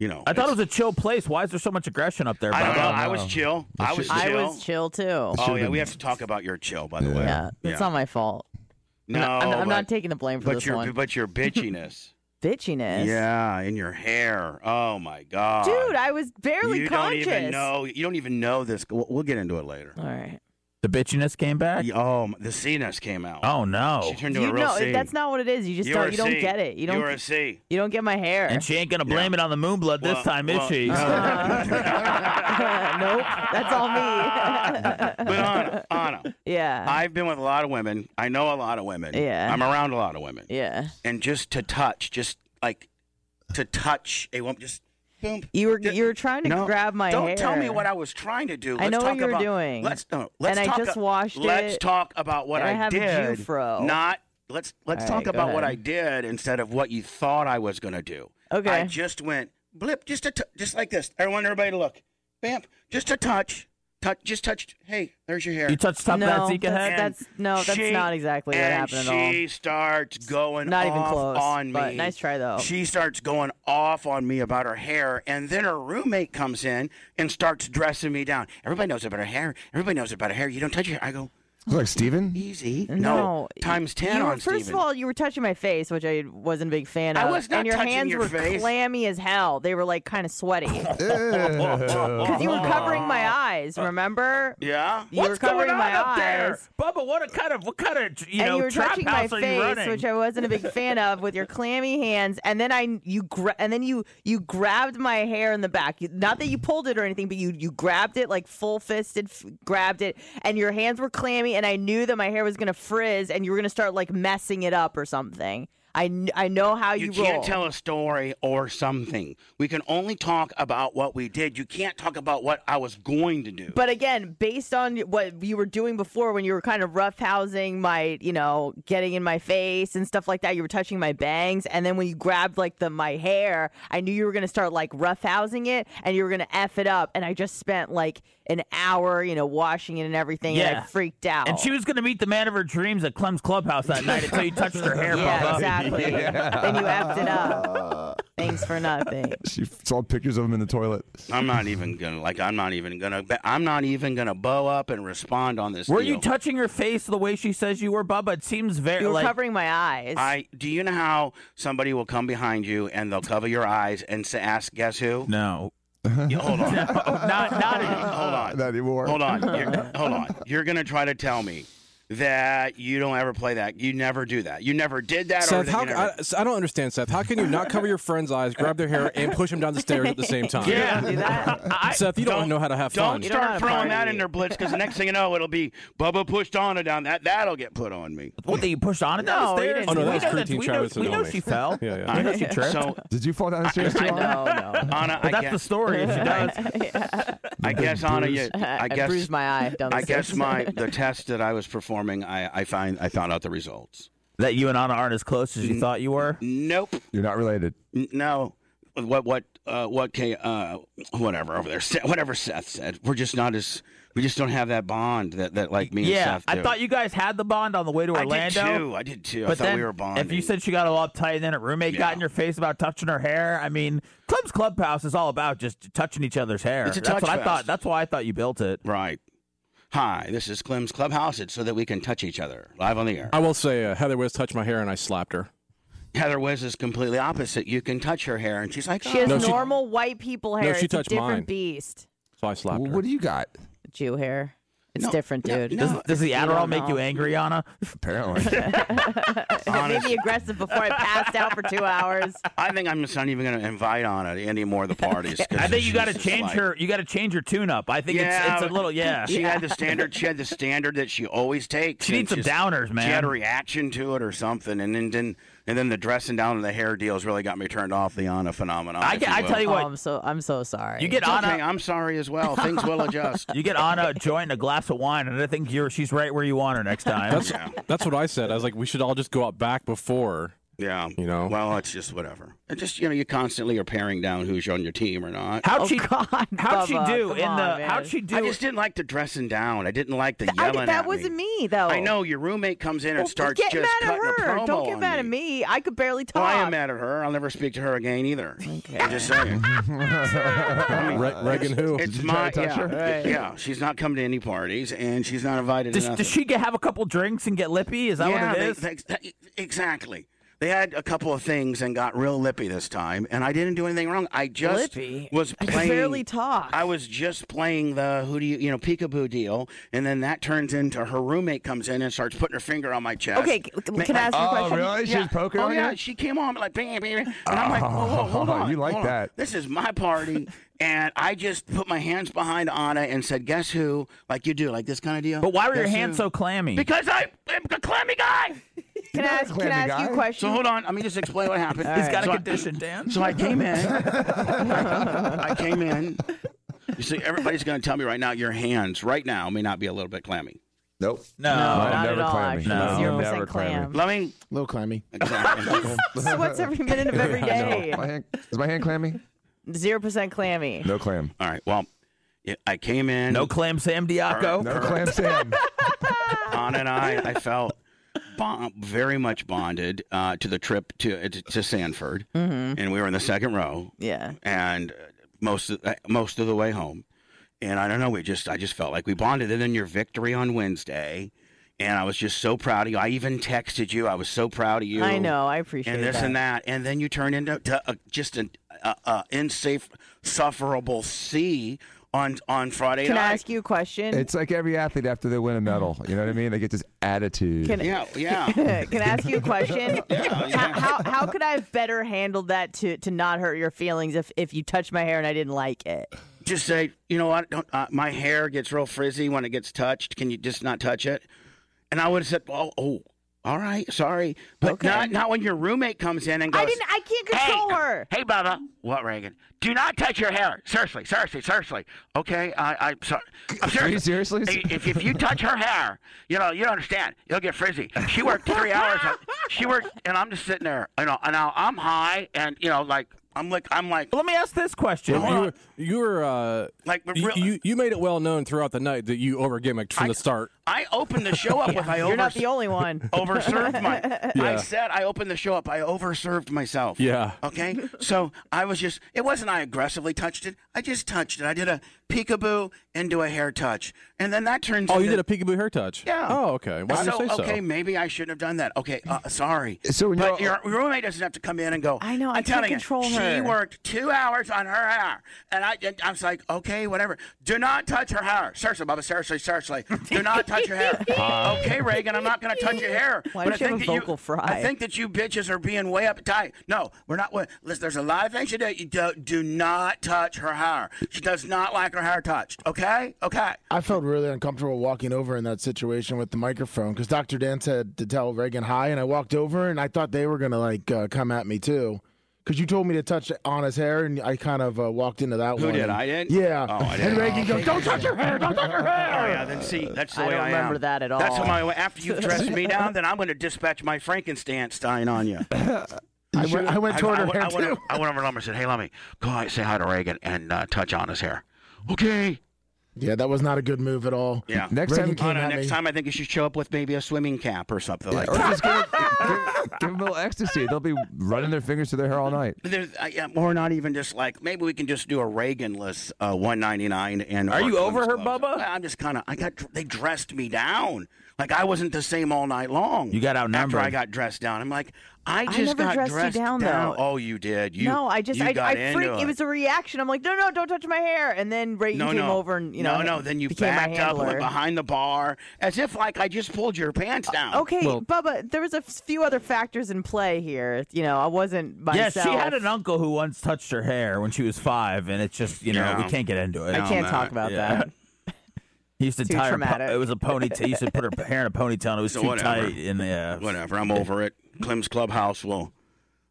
Speaker 2: you know.
Speaker 7: I thought it
Speaker 2: it's-
Speaker 7: was a chill place. Why is there so much aggression up there?
Speaker 2: I
Speaker 7: by
Speaker 2: don't
Speaker 7: the
Speaker 2: know.
Speaker 7: way?
Speaker 2: I was chill. I was chill.
Speaker 3: I was chill too.
Speaker 2: Oh yeah,
Speaker 6: Should've
Speaker 2: we
Speaker 6: been-
Speaker 2: have to talk about your chill, by the way.
Speaker 3: Yeah, it's
Speaker 2: Yeah.
Speaker 3: not my fault.
Speaker 2: No,
Speaker 3: I'm, I'm
Speaker 2: but,
Speaker 3: not taking the blame for
Speaker 2: but
Speaker 3: this
Speaker 2: your
Speaker 3: one.
Speaker 2: but your bitchiness.
Speaker 3: Bitchiness.
Speaker 2: yeah, in your hair. Oh my god,
Speaker 3: Dude, I was barely
Speaker 2: you
Speaker 3: conscious.
Speaker 2: don't even know. You don't even know this. We'll, we'll get into it later.
Speaker 3: All right.
Speaker 7: the bitchiness came back.
Speaker 2: Yeah, Oh, m- the CNS came out.
Speaker 7: Oh no!
Speaker 2: she turned into
Speaker 3: You
Speaker 2: a real
Speaker 3: know
Speaker 2: C.
Speaker 3: that's not what it is. You just
Speaker 2: You were
Speaker 3: don't.
Speaker 2: a
Speaker 3: You don't
Speaker 2: C.
Speaker 3: get it. You don't.
Speaker 2: You were a C.
Speaker 3: you don't get my hair.
Speaker 7: And she ain't gonna blame it on the moonblood this
Speaker 2: Well,
Speaker 7: time,
Speaker 2: well,
Speaker 7: is she?
Speaker 3: nope, that's all me.
Speaker 2: But Anna, Anna,
Speaker 3: yeah.
Speaker 2: I've been with a lot of women. I know a lot of women.
Speaker 3: Yeah.
Speaker 2: I'm around a lot of women.
Speaker 3: yeah.
Speaker 2: And just to touch, just like to touch a woman, just boom.
Speaker 3: You were
Speaker 2: Th-
Speaker 3: you were trying to
Speaker 2: no,
Speaker 3: grab my
Speaker 2: don't
Speaker 3: hair.
Speaker 2: tell me what I was trying to do.
Speaker 3: I
Speaker 2: Let's
Speaker 3: know what
Speaker 2: talk
Speaker 3: you were
Speaker 2: about,
Speaker 3: doing.
Speaker 2: Let's no. Let's
Speaker 3: And I
Speaker 2: talk
Speaker 3: just
Speaker 2: a-
Speaker 3: washed
Speaker 2: Let's
Speaker 3: it,
Speaker 2: talk about what
Speaker 3: and I have a
Speaker 2: did.
Speaker 3: Jufro.
Speaker 2: Not let's let's
Speaker 3: All
Speaker 2: talk
Speaker 3: right, go
Speaker 2: about what I
Speaker 3: ahead.
Speaker 2: did instead of what you thought I was going to do.
Speaker 3: Okay.
Speaker 2: I just went blip, just a t- just like this. I want everybody to look. Bam, just a touch, touch, just touch. Hey, there's your hair.
Speaker 7: you touched top
Speaker 3: no,
Speaker 7: of that Zika
Speaker 3: that's,
Speaker 7: head.
Speaker 3: that's no, that's
Speaker 2: She-
Speaker 3: not exactly what
Speaker 2: and
Speaker 3: happened at all.
Speaker 2: she starts going
Speaker 3: Not even
Speaker 2: off
Speaker 3: close,
Speaker 2: on me.
Speaker 3: but nice try, though.
Speaker 2: She starts going off on me about her hair, and then her roommate comes in and starts dressing me down. Everybody knows about her hair. Everybody knows about her hair. You don't touch your hair. I go
Speaker 6: It's like Steven?
Speaker 2: easy.
Speaker 3: y-
Speaker 2: times ten
Speaker 3: you were-
Speaker 2: on
Speaker 3: First
Speaker 2: Steven.
Speaker 3: of all, you were touching my face, which I wasn't a big fan
Speaker 2: I
Speaker 3: of.
Speaker 2: was not
Speaker 3: and your
Speaker 2: touching
Speaker 3: hands
Speaker 2: your
Speaker 3: were
Speaker 2: face.
Speaker 3: clammy as hell. They were like kind of sweaty because
Speaker 6: Ew.
Speaker 3: you were covering my eyes. Remember?
Speaker 2: yeah.
Speaker 3: You were
Speaker 7: What's Oh. going
Speaker 3: covering
Speaker 7: on
Speaker 3: my
Speaker 7: up
Speaker 3: eyes.
Speaker 7: there, Bubba? What a kind of what kind of you
Speaker 3: and
Speaker 7: know
Speaker 3: you were
Speaker 7: trap
Speaker 3: touching my
Speaker 7: house are you
Speaker 3: face,
Speaker 7: running?
Speaker 3: which I wasn't a big fan of, with your clammy hands. And then I, you, gra- and then you, you grabbed my hair in the back. You, not that you pulled it or anything, but you, you grabbed it like full fisted, f- grabbed it, and your hands were clammy. And I knew that my hair was gonna frizz, and you were gonna start like messing it up or something. I, kn- I know how you,
Speaker 2: You can't
Speaker 3: roll.
Speaker 2: tell a story or something. We can only talk about what we did. You can't talk about what I was going to do.
Speaker 3: But again, based on what you were doing before when you were kind of roughhousing my, you know, getting in my face and stuff like that, you were touching my bangs and then when you grabbed like the my hair, I knew you were going to start like roughhousing it and you were going to F it up and I just spent like an hour, you know, washing it and everything and
Speaker 7: Yeah.
Speaker 3: I freaked out.
Speaker 7: And she was going to meet the man of her dreams at Clem's clubhouse that night until you touched her hair,
Speaker 3: Yeah,
Speaker 7: Bubba.
Speaker 3: exactly. Then you effed it up. Thanks for nothing.
Speaker 6: She saw pictures of him in the toilet.
Speaker 2: I'm not even gonna like. I'm not even gonna. I'm not even gonna bow up and respond on this.
Speaker 7: Were
Speaker 2: deal.
Speaker 7: you touching her face the way she says you were, Bubba? It seems very
Speaker 3: You were
Speaker 7: like
Speaker 3: covering my eyes.
Speaker 2: I do you know how somebody will come behind you and they'll cover your eyes and say, ask guess who?
Speaker 7: no,
Speaker 2: You- hold on,
Speaker 7: no, not not. any-
Speaker 2: hold on,
Speaker 6: Not anymore.
Speaker 2: Uh, hold on, You're- hold on. You're gonna try to tell me that you don't ever play that. You never do that. You never did that. or
Speaker 4: Seth,
Speaker 2: that
Speaker 4: how,
Speaker 2: you
Speaker 7: uh,
Speaker 2: never-
Speaker 4: I, I don't understand, Seth. How can you not cover your friend's eyes, grab their hair, and push them down the stairs at the same time?
Speaker 7: Yeah.
Speaker 3: do that.
Speaker 7: I,
Speaker 4: Seth, you don't, know how to have
Speaker 2: don't
Speaker 4: fun.
Speaker 3: don't
Speaker 2: start
Speaker 3: have a
Speaker 2: throwing
Speaker 3: party.
Speaker 2: that in there, Blitz, because the next thing you know, it'll be Bubba pushed on down. That that'll get put on me.
Speaker 7: what did you push on it
Speaker 3: No,
Speaker 7: down the
Speaker 3: he
Speaker 7: stairs?
Speaker 3: didn't. Oh, no,
Speaker 7: We
Speaker 3: that was
Speaker 7: know
Speaker 4: Creatine
Speaker 7: we
Speaker 4: Travis
Speaker 7: know,
Speaker 4: and
Speaker 7: we know
Speaker 4: Ollie.
Speaker 7: she fell.
Speaker 4: Yeah, yeah.
Speaker 7: We know she tripped.
Speaker 2: So,
Speaker 6: Did you fall down the stairs?
Speaker 3: I
Speaker 6: too?
Speaker 3: know, no.
Speaker 2: Anna, I
Speaker 7: But that's
Speaker 2: guess,
Speaker 7: the story. If she does,
Speaker 2: I guess, Anna, you,
Speaker 3: I,
Speaker 2: I guess,
Speaker 3: bruised my eye. Down the
Speaker 2: I guess
Speaker 3: stairs.
Speaker 2: my the test that I was performing, I, I find I found out the results.
Speaker 7: That you and Anna aren't as close as
Speaker 2: Mm,
Speaker 7: you thought you were.
Speaker 2: Nope.
Speaker 6: You're not related.
Speaker 2: N- No. What what uh, what K uh whatever over there Seth, whatever Seth said we're just not as we just don't have that bond that that like me
Speaker 7: yeah,
Speaker 2: and Seth
Speaker 7: I
Speaker 2: do.
Speaker 7: thought you guys had the bond on the way to
Speaker 2: I
Speaker 7: Orlando.
Speaker 2: did too I did too I
Speaker 7: But
Speaker 2: thought
Speaker 7: then,
Speaker 2: we were bonding
Speaker 7: if you said she got all uptight and then her roommate got
Speaker 2: Yeah.
Speaker 7: in your face about touching her hair, I mean, Club's Clubhouse is all about just touching each other's hair.
Speaker 2: It's a
Speaker 7: that's
Speaker 2: touch
Speaker 7: what I
Speaker 2: fest.
Speaker 7: thought. That's why I thought you built it.
Speaker 2: right hi this is Clem's clubhouse it's so that we can touch each other live on the air
Speaker 4: I will say, uh, Heather Wiz touched my hair and I slapped her.
Speaker 2: Heather Wiz is completely opposite you can touch her hair and she's like "Oh,
Speaker 3: She has
Speaker 4: No, she-
Speaker 3: normal white people hair.
Speaker 4: she
Speaker 3: it's a
Speaker 4: touched
Speaker 3: different
Speaker 4: mine.
Speaker 3: beast.
Speaker 4: So I slapped
Speaker 6: Well,
Speaker 4: her.
Speaker 6: what do you got?
Speaker 3: Jew hair. It's
Speaker 2: No,
Speaker 3: different,
Speaker 2: no,
Speaker 3: dude.
Speaker 2: no.
Speaker 7: Does, does the Adderall
Speaker 3: don't
Speaker 7: make you
Speaker 3: know.
Speaker 7: angry, Anna?
Speaker 6: Apparently.
Speaker 3: It made me aggressive before I passed out for two hours.
Speaker 2: I think I'm just not even going to invite Anna to any more of the parties 'cause
Speaker 7: I think you
Speaker 2: she's
Speaker 7: got to
Speaker 2: just
Speaker 7: change
Speaker 2: like-
Speaker 7: her. You got to change her tune-up. I think it's, it's a little yeah.
Speaker 2: She had the standard. She had the standard that she always takes.
Speaker 7: She
Speaker 2: and
Speaker 7: needs some
Speaker 2: just-
Speaker 7: downers, man.
Speaker 2: She had a reaction to it or something, and then then and then the dressing down and the hair deals really got me turned off the Anna phenomenon.
Speaker 7: I
Speaker 2: if
Speaker 7: get- I
Speaker 2: will.
Speaker 7: tell you
Speaker 3: Oh,
Speaker 7: what,
Speaker 3: I'm so I'm so sorry.
Speaker 7: you get
Speaker 2: It's okay,
Speaker 7: Anna.
Speaker 2: I'm sorry as well. Things will adjust.
Speaker 7: You get Anna a joint and a glass of wine, and I think you're she's right where you want her next time.
Speaker 4: That's that's what I said. I was like, we should all just go out back before.
Speaker 2: Yeah,
Speaker 4: You know.
Speaker 2: Well, it's just whatever. It just you know, you constantly are paring down who's on your team or not.
Speaker 7: how'd
Speaker 3: Oh,
Speaker 7: she
Speaker 3: God,
Speaker 7: how'd she
Speaker 3: Bubba,
Speaker 7: do
Speaker 3: come
Speaker 7: in
Speaker 3: on,
Speaker 7: the
Speaker 3: man.
Speaker 7: how'd she do
Speaker 2: I just didn't like the dressing down. I didn't like the
Speaker 3: I,
Speaker 2: yelling.
Speaker 3: did- that
Speaker 2: at
Speaker 3: wasn't
Speaker 2: me.
Speaker 3: me though.
Speaker 2: I know your roommate comes in and
Speaker 3: Well,
Speaker 2: starts
Speaker 3: get
Speaker 2: just
Speaker 3: mad at
Speaker 2: cutting
Speaker 3: her.
Speaker 2: a promo
Speaker 3: Don't get
Speaker 2: on
Speaker 3: mad
Speaker 2: me.
Speaker 3: at me. I could barely
Speaker 2: Well,
Speaker 3: talk.
Speaker 2: I am mad at her. I'll never speak to her again either. I'm just saying. I mean, uh,
Speaker 4: Re- Reagan, who?
Speaker 2: It's
Speaker 6: you
Speaker 2: my
Speaker 6: try to touch
Speaker 2: yeah,
Speaker 6: her?
Speaker 2: it- yeah. She's not coming to any parties, and she's not invited
Speaker 7: does,
Speaker 2: to nothing.
Speaker 7: does she get, have a couple drinks and get lippy? Is that
Speaker 2: yeah,
Speaker 7: what it
Speaker 2: they-
Speaker 7: is?
Speaker 2: they- exactly. They had a couple of things and got real lippy this time, and I didn't do anything wrong. I just
Speaker 3: Lippy?
Speaker 2: was
Speaker 3: I could
Speaker 2: playing.
Speaker 3: barely talk.
Speaker 2: I was just playing the who do you you know peekaboo deal, and then that turns into her roommate comes in and starts putting her finger on my chest.
Speaker 3: Okay, c-
Speaker 2: Ma-
Speaker 3: can I ask you a
Speaker 6: oh,
Speaker 3: question?
Speaker 6: really? She was poking
Speaker 2: oh,
Speaker 6: on
Speaker 2: yeah,
Speaker 6: you?
Speaker 2: she came on like bam, bam, bam. and I'm like, whoa, whoa, hold
Speaker 6: Oh,
Speaker 2: on,
Speaker 6: you like
Speaker 2: hold on.
Speaker 6: that.
Speaker 2: This is my party, and I just put my hands behind Anna and said, "Guess who?" Like you do, like this kind of deal.
Speaker 7: But why were your
Speaker 2: Guess
Speaker 7: hands
Speaker 2: who?
Speaker 7: so clammy?
Speaker 2: Because I am a clammy guy.
Speaker 3: Can I
Speaker 6: You're not
Speaker 3: ask,
Speaker 6: a
Speaker 3: can I
Speaker 6: clammy
Speaker 3: ask you
Speaker 6: guy.
Speaker 3: a question?
Speaker 2: So hold on, let me just explain what happened.
Speaker 7: He's got
Speaker 2: so
Speaker 7: a
Speaker 2: I-
Speaker 7: condition, Dan.
Speaker 2: so I came in. I came in. You see, everybody's going to tell me right now, your hands right now may not be a little bit clammy.
Speaker 6: Nope.
Speaker 7: No,
Speaker 3: No,
Speaker 6: I'm
Speaker 3: not at
Speaker 6: never
Speaker 3: all.
Speaker 6: clammy.
Speaker 3: Actually,
Speaker 7: No,
Speaker 3: It's
Speaker 7: I'm
Speaker 3: zero
Speaker 6: never
Speaker 3: percent
Speaker 6: clammy.
Speaker 3: clam.
Speaker 2: Let me.
Speaker 5: Little clammy.
Speaker 2: Exactly.
Speaker 3: Sweats every minute of every day.
Speaker 6: My hand, is my hand clammy?
Speaker 3: Zero percent clammy.
Speaker 6: No clam.
Speaker 2: All right. Well, yeah, I came in.
Speaker 7: No clam Sam Diaco.
Speaker 6: No clam, Sam.
Speaker 2: Anna and I, I felt bond, very much bonded uh, to the trip to to, to Sanford,
Speaker 3: Mm-hmm.
Speaker 2: and we were in the second row,
Speaker 3: Yeah.
Speaker 2: and uh, most of, uh, most of the way home. And I don't know, we just I just felt like we bonded. And then your victory on Wednesday, and I was just so proud of you. I even texted you. I was so proud of you.
Speaker 3: I know. I appreciate
Speaker 2: And this
Speaker 3: that.
Speaker 2: and that, and then you turn into to, uh, just an uh, uh, insafe, sufferable C on on Friday
Speaker 3: Can
Speaker 2: night.
Speaker 3: I ask you a question?
Speaker 6: It's like every athlete after they win a medal. You know what I mean? They get this attitude.
Speaker 3: Can-
Speaker 2: yeah, yeah.
Speaker 3: Can I ask you a question?
Speaker 2: Yeah,
Speaker 3: How, how, how could I have better handled that to, to not hurt your feelings if, if you touched my hair and I didn't like it?
Speaker 2: just say, you know what? Don't, uh, my hair gets real frizzy when it gets touched. Can you just not touch it? And I would have said, oh, oh, all right, sorry, but
Speaker 3: Okay.
Speaker 2: not not when your roommate comes in and goes.
Speaker 3: I didn't. I can't control her.
Speaker 2: Hey, Bubba. What, Reagan? Do not touch your hair. Seriously, seriously, seriously. Okay, I, I'm sorry. I'm
Speaker 6: Are you
Speaker 2: serious.
Speaker 6: seriously?
Speaker 2: If, if you touch her hair, you know you don't understand. You'll get frizzy. She worked three hours. on- she worked, and I'm just sitting there. You know, and now I'm high, and you know, like I'm like I'm like
Speaker 7: Let me ask this question.
Speaker 4: You were, you were uh,
Speaker 2: Like, we're
Speaker 4: you,
Speaker 2: real-
Speaker 4: you you made it well known throughout the night that you over gimmicked from the start.
Speaker 2: I opened the show up with I over.
Speaker 3: You're not the only one.
Speaker 2: Oh, overserved my. I
Speaker 4: Yeah.
Speaker 2: said I opened the show up. I overserved myself.
Speaker 4: Yeah.
Speaker 2: Okay. So I was just. It wasn't I aggressively touched it. I just touched it. I did a peekaboo into a hair touch, and then that turns.
Speaker 4: Oh,
Speaker 2: into,
Speaker 4: you did a peekaboo hair touch.
Speaker 2: Yeah.
Speaker 4: Oh, okay. Why
Speaker 2: so,
Speaker 4: did you say so?
Speaker 2: okay, maybe I shouldn't have done that. Okay, uh, sorry.
Speaker 6: So when
Speaker 2: but
Speaker 6: you're-
Speaker 2: your roommate doesn't have to come in and go.
Speaker 3: I know,
Speaker 2: I'm
Speaker 3: I can't
Speaker 2: telling
Speaker 3: control
Speaker 2: you, She
Speaker 3: her."
Speaker 2: worked two hours on her hair, and I, and I was like, okay, whatever. Do not touch her hair. Seriously, Bubba. Seriously, seriously. Do not touch your hair. okay, Reagan. I'm not going to touch your hair.
Speaker 3: Uh-huh. Why
Speaker 2: but
Speaker 3: does she
Speaker 2: I think
Speaker 3: have a
Speaker 2: that you-
Speaker 3: vocal fry?
Speaker 2: I think that you bitches are being way uptight. No, we're not. wa- Listen, there's a lot of things you do. You do, do not touch her hair. She does not like her hair touched. Okay, okay.
Speaker 5: I felt really uncomfortable walking over in that situation with the microphone because Dr. Dan said to tell Reagan hi, and I walked over and I thought they were gonna like uh, come at me too. because you told me to touch on his hair, and I kind of uh, walked into that
Speaker 2: Who
Speaker 5: one.
Speaker 2: did?
Speaker 5: and-
Speaker 2: I did?
Speaker 5: Yeah.
Speaker 2: Oh, I
Speaker 5: And
Speaker 2: did.
Speaker 5: Reagan
Speaker 2: Oh,
Speaker 5: goes, "Don't touch your hair! Don't touch your hair!"
Speaker 2: Oh, yeah, then see, that's the
Speaker 3: Uh, I
Speaker 2: way
Speaker 3: don't
Speaker 2: I
Speaker 3: remember
Speaker 2: am.
Speaker 3: that at
Speaker 2: That's
Speaker 3: all.
Speaker 2: my way. After you've dressed me down, then I'm going to dispatch my Frankenstein on you.
Speaker 5: I went, I went toward
Speaker 2: I, I,
Speaker 5: her
Speaker 2: went-
Speaker 5: hair
Speaker 2: I went,
Speaker 5: too.
Speaker 2: over- I went over to him and said, "Hey, let me go out, say hi to Reagan and uh, touch on his hair." Okay.
Speaker 5: Yeah, that was not a good move at all.
Speaker 2: Yeah.
Speaker 6: Next
Speaker 5: Reagan
Speaker 6: time,
Speaker 5: came
Speaker 2: I don't know,
Speaker 5: at
Speaker 2: next
Speaker 5: me.
Speaker 2: time, I think you should show up with maybe a swimming cap or something like
Speaker 6: or
Speaker 2: that.
Speaker 6: just give, give, give 'em a little ecstasy. They'll be running their fingers through their hair all night.
Speaker 2: There's, I, yeah, or not even just like maybe we can just do a Reaganless uh, 199 and
Speaker 7: Are you
Speaker 2: work
Speaker 7: over her,
Speaker 2: women's gloves.
Speaker 7: Bubba?
Speaker 2: Well, I'm just kind of I got dr- they dressed me down like I wasn't the same all night long.
Speaker 7: You got
Speaker 2: after
Speaker 7: outnumbered.
Speaker 2: I got dressed down. I'm like I just
Speaker 3: never
Speaker 2: got
Speaker 3: dressed you down, though.
Speaker 2: Oh, you did. You,
Speaker 3: no, I just
Speaker 2: you
Speaker 3: I,
Speaker 2: got
Speaker 3: I
Speaker 2: into
Speaker 3: freaked. It was a reaction. I'm like, no, no, don't touch my hair. And then Reagan
Speaker 2: no,
Speaker 3: came
Speaker 2: no.
Speaker 3: over and you know,
Speaker 2: no, no. Then you
Speaker 3: became my
Speaker 2: backed up, went
Speaker 3: handler. Uh,
Speaker 2: behind the bar, as if like I just pulled your pants down.
Speaker 3: Okay,
Speaker 6: Well-
Speaker 3: Bubba, there was a few other factors in play here. You know, I wasn't
Speaker 7: Yeah,
Speaker 3: myself.
Speaker 7: she had an uncle who once touched her hair when she was five, and it's just you know
Speaker 2: Yeah.
Speaker 7: we can't get into it.
Speaker 3: I can't
Speaker 2: man.
Speaker 3: talk about
Speaker 7: Yeah.
Speaker 3: that.
Speaker 7: He used to
Speaker 3: Too
Speaker 7: tie her. Po-
Speaker 3: traumatic.
Speaker 7: it was a ponytail. He used to put her hair in a ponytail, and it was
Speaker 2: So
Speaker 7: too
Speaker 2: whatever.
Speaker 7: tight. And yeah,
Speaker 2: Whatever. I'm over it. Clem's Clubhouse will.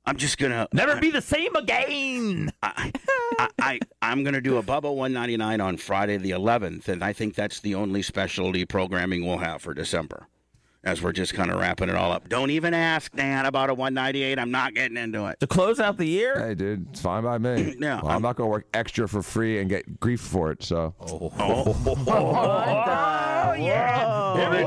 Speaker 2: I'm just gonna
Speaker 7: never be the same again.
Speaker 2: I, I, I, I'm going to do a Bubba 199 on Friday the 11th, and I think that's the only specialty programming we'll have for December. As we're just kind of wrapping it all up. Don't even ask Dan about a 198. I'm not getting into it.
Speaker 7: To close out the year,
Speaker 6: Hey, dude, it's fine by me.
Speaker 2: Yeah,
Speaker 6: well, I'm, not gonna work extra for free and get grief for it. So
Speaker 3: Oh,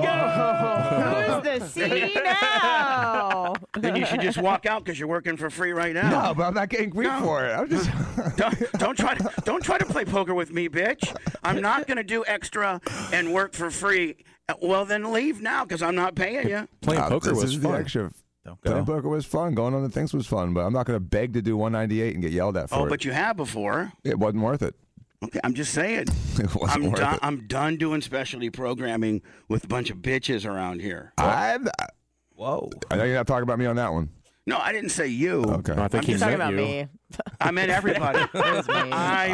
Speaker 3: Who's the C now?
Speaker 2: Then you should just walk out because you're working for free right now.
Speaker 6: no, but I'm not getting grief for it. I'm just
Speaker 2: Don't, don't try to don't try to play poker with me, bitch. I'm not going to do extra and work for free. Uh, Well, then leave now because I'm not paying you.
Speaker 4: Playing
Speaker 6: Uh,
Speaker 4: poker
Speaker 6: this
Speaker 4: was
Speaker 6: is
Speaker 4: fun.
Speaker 6: The extra.
Speaker 7: Don't go.
Speaker 6: Playing poker was fun. Going on the things was fun, but I'm not gonna beg to do 198 and get yelled at for
Speaker 2: Oh,
Speaker 6: it.
Speaker 2: but you have before.
Speaker 6: it wasn't worth it.
Speaker 2: Okay, I'm just saying.
Speaker 6: It wasn't
Speaker 2: I'm
Speaker 6: worth
Speaker 2: done.
Speaker 6: it.
Speaker 2: I'm done doing specialty programming with a bunch of bitches around here.
Speaker 6: I'm,
Speaker 7: whoa.
Speaker 6: I know you're not talking about me on that one.
Speaker 2: No, I didn't say you.
Speaker 6: Okay.
Speaker 4: I think
Speaker 2: I'm
Speaker 4: he
Speaker 2: just
Speaker 3: Talking
Speaker 4: meant
Speaker 3: about
Speaker 4: you.
Speaker 3: me.
Speaker 2: I meant everybody.
Speaker 3: It was me.
Speaker 2: I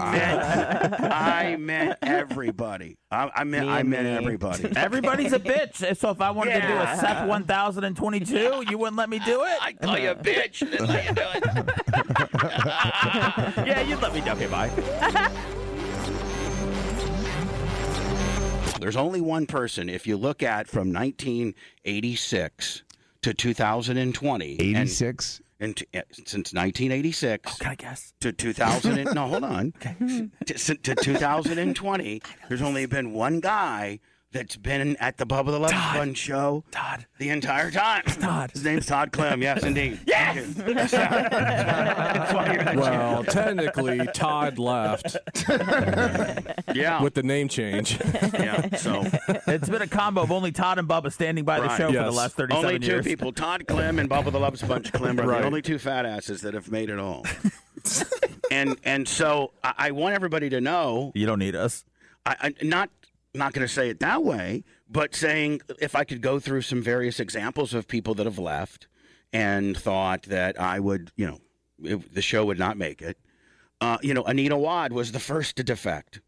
Speaker 2: meant. I meant everybody. I, I meant.
Speaker 3: Me
Speaker 2: I
Speaker 3: and
Speaker 2: meant
Speaker 3: me.
Speaker 2: everybody.
Speaker 7: Everybody's a bitch. So if I wanted to do a
Speaker 2: Yeah.
Speaker 7: Seth 1022, you wouldn't let me do
Speaker 2: I
Speaker 7: it.
Speaker 2: call you a bitch. Didn't let you do it.
Speaker 7: Yeah, you'd let me. do Okay, bye.
Speaker 2: There's only one person. If you look at from 1986 to 2020, and,
Speaker 6: 86.
Speaker 2: and t- yeah, since 1986
Speaker 7: Can I guess?
Speaker 2: to 2000 and, no hold on to, si- to 2020 there's only been one guy that's been at the Bubba the Love
Speaker 7: Todd.
Speaker 2: Fun show
Speaker 7: Todd.
Speaker 2: the entire time
Speaker 7: Todd.
Speaker 2: his name's Todd Clem yes indeed yes that's funnier than
Speaker 4: Well, technically, Todd left
Speaker 2: you. yeah
Speaker 4: with the name change.
Speaker 2: yeah so
Speaker 7: It's been a combo of only Todd and Bubba standing by the
Speaker 2: Right.
Speaker 7: show for
Speaker 4: Yes.
Speaker 7: the last 37
Speaker 2: only two
Speaker 7: years.
Speaker 2: people Todd Clem and Bubba the Love Sponge Clem are
Speaker 4: Right.
Speaker 2: the only two fat asses that have made it all and and so I, I want everybody to know
Speaker 7: You don't need us.
Speaker 2: I, I not not going to say it that way, but saying if I could go through some various examples of people that have left and thought that I would, you know, it, the show would not make it. Uh, you know, Anita Wad was the first to defect.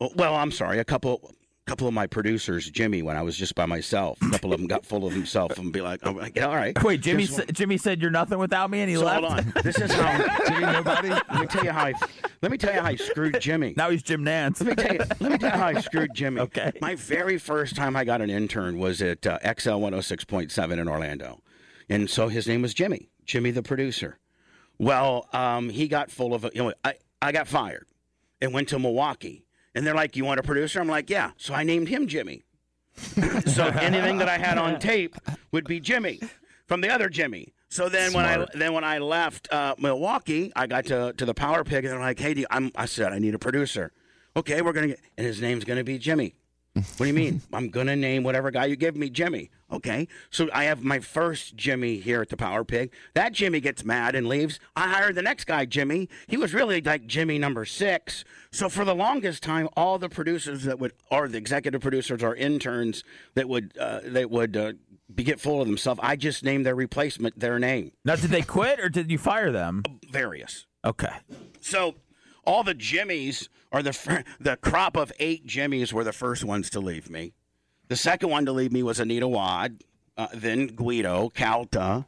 Speaker 2: Well, Well, I'm sorry, a couple. Couple of my producers, Jimmy, when I was just by myself, a couple of them got full of himself and be like, "I'm like, all right."
Speaker 7: Wait, Jimmy.
Speaker 2: Just one-
Speaker 7: Sa- Jimmy said you're nothing without me, and he
Speaker 2: so
Speaker 7: left.
Speaker 2: hold on. This is how.
Speaker 6: Jimmy, nobody.
Speaker 2: let me tell you how I. Let me tell you how I screwed Jimmy.
Speaker 7: Now he's Jim Nance.
Speaker 2: Let me tell you. Let me tell you how I screwed Jimmy.
Speaker 7: Okay.
Speaker 2: My very first time I got an intern was at uh, XL 106.7 in Orlando, and so his name was Jimmy. Jimmy the producer. Well, um, he got full of. You know, I I got fired, and went to Milwaukee, and they're like, "You want a producer?" I'm like, "Yeah." So I named him Jimmy. so anything that I had on tape would be Jimmy from the other Jimmy. So then when I then when I left uh, Milwaukee, I got to, to the Power Pig and they're like, "Hey, do you, I'm," I said, "I need a producer." Okay, we're gonna get, and his name's gonna be Jimmy. What do you mean? I'm gonna name whatever guy you give me Jimmy. Okay, so I have my first Jimmy here at the Power Pig. That Jimmy gets mad and leaves. I hire the next guy, Jimmy. He was really like Jimmy number six. So for the longest time, all the producers that would, or the executive producers or interns that would, uh, that would uh, be, get full of themselves. I just named their replacement their name.
Speaker 7: Now, did they quit or did you fire them?
Speaker 2: Various.
Speaker 7: Okay.
Speaker 2: So all the Jimmies are the fir- the crop of eight Jimmies were the first ones to leave me. The second one to leave me was Anita Wad, uh, then Guido Calta,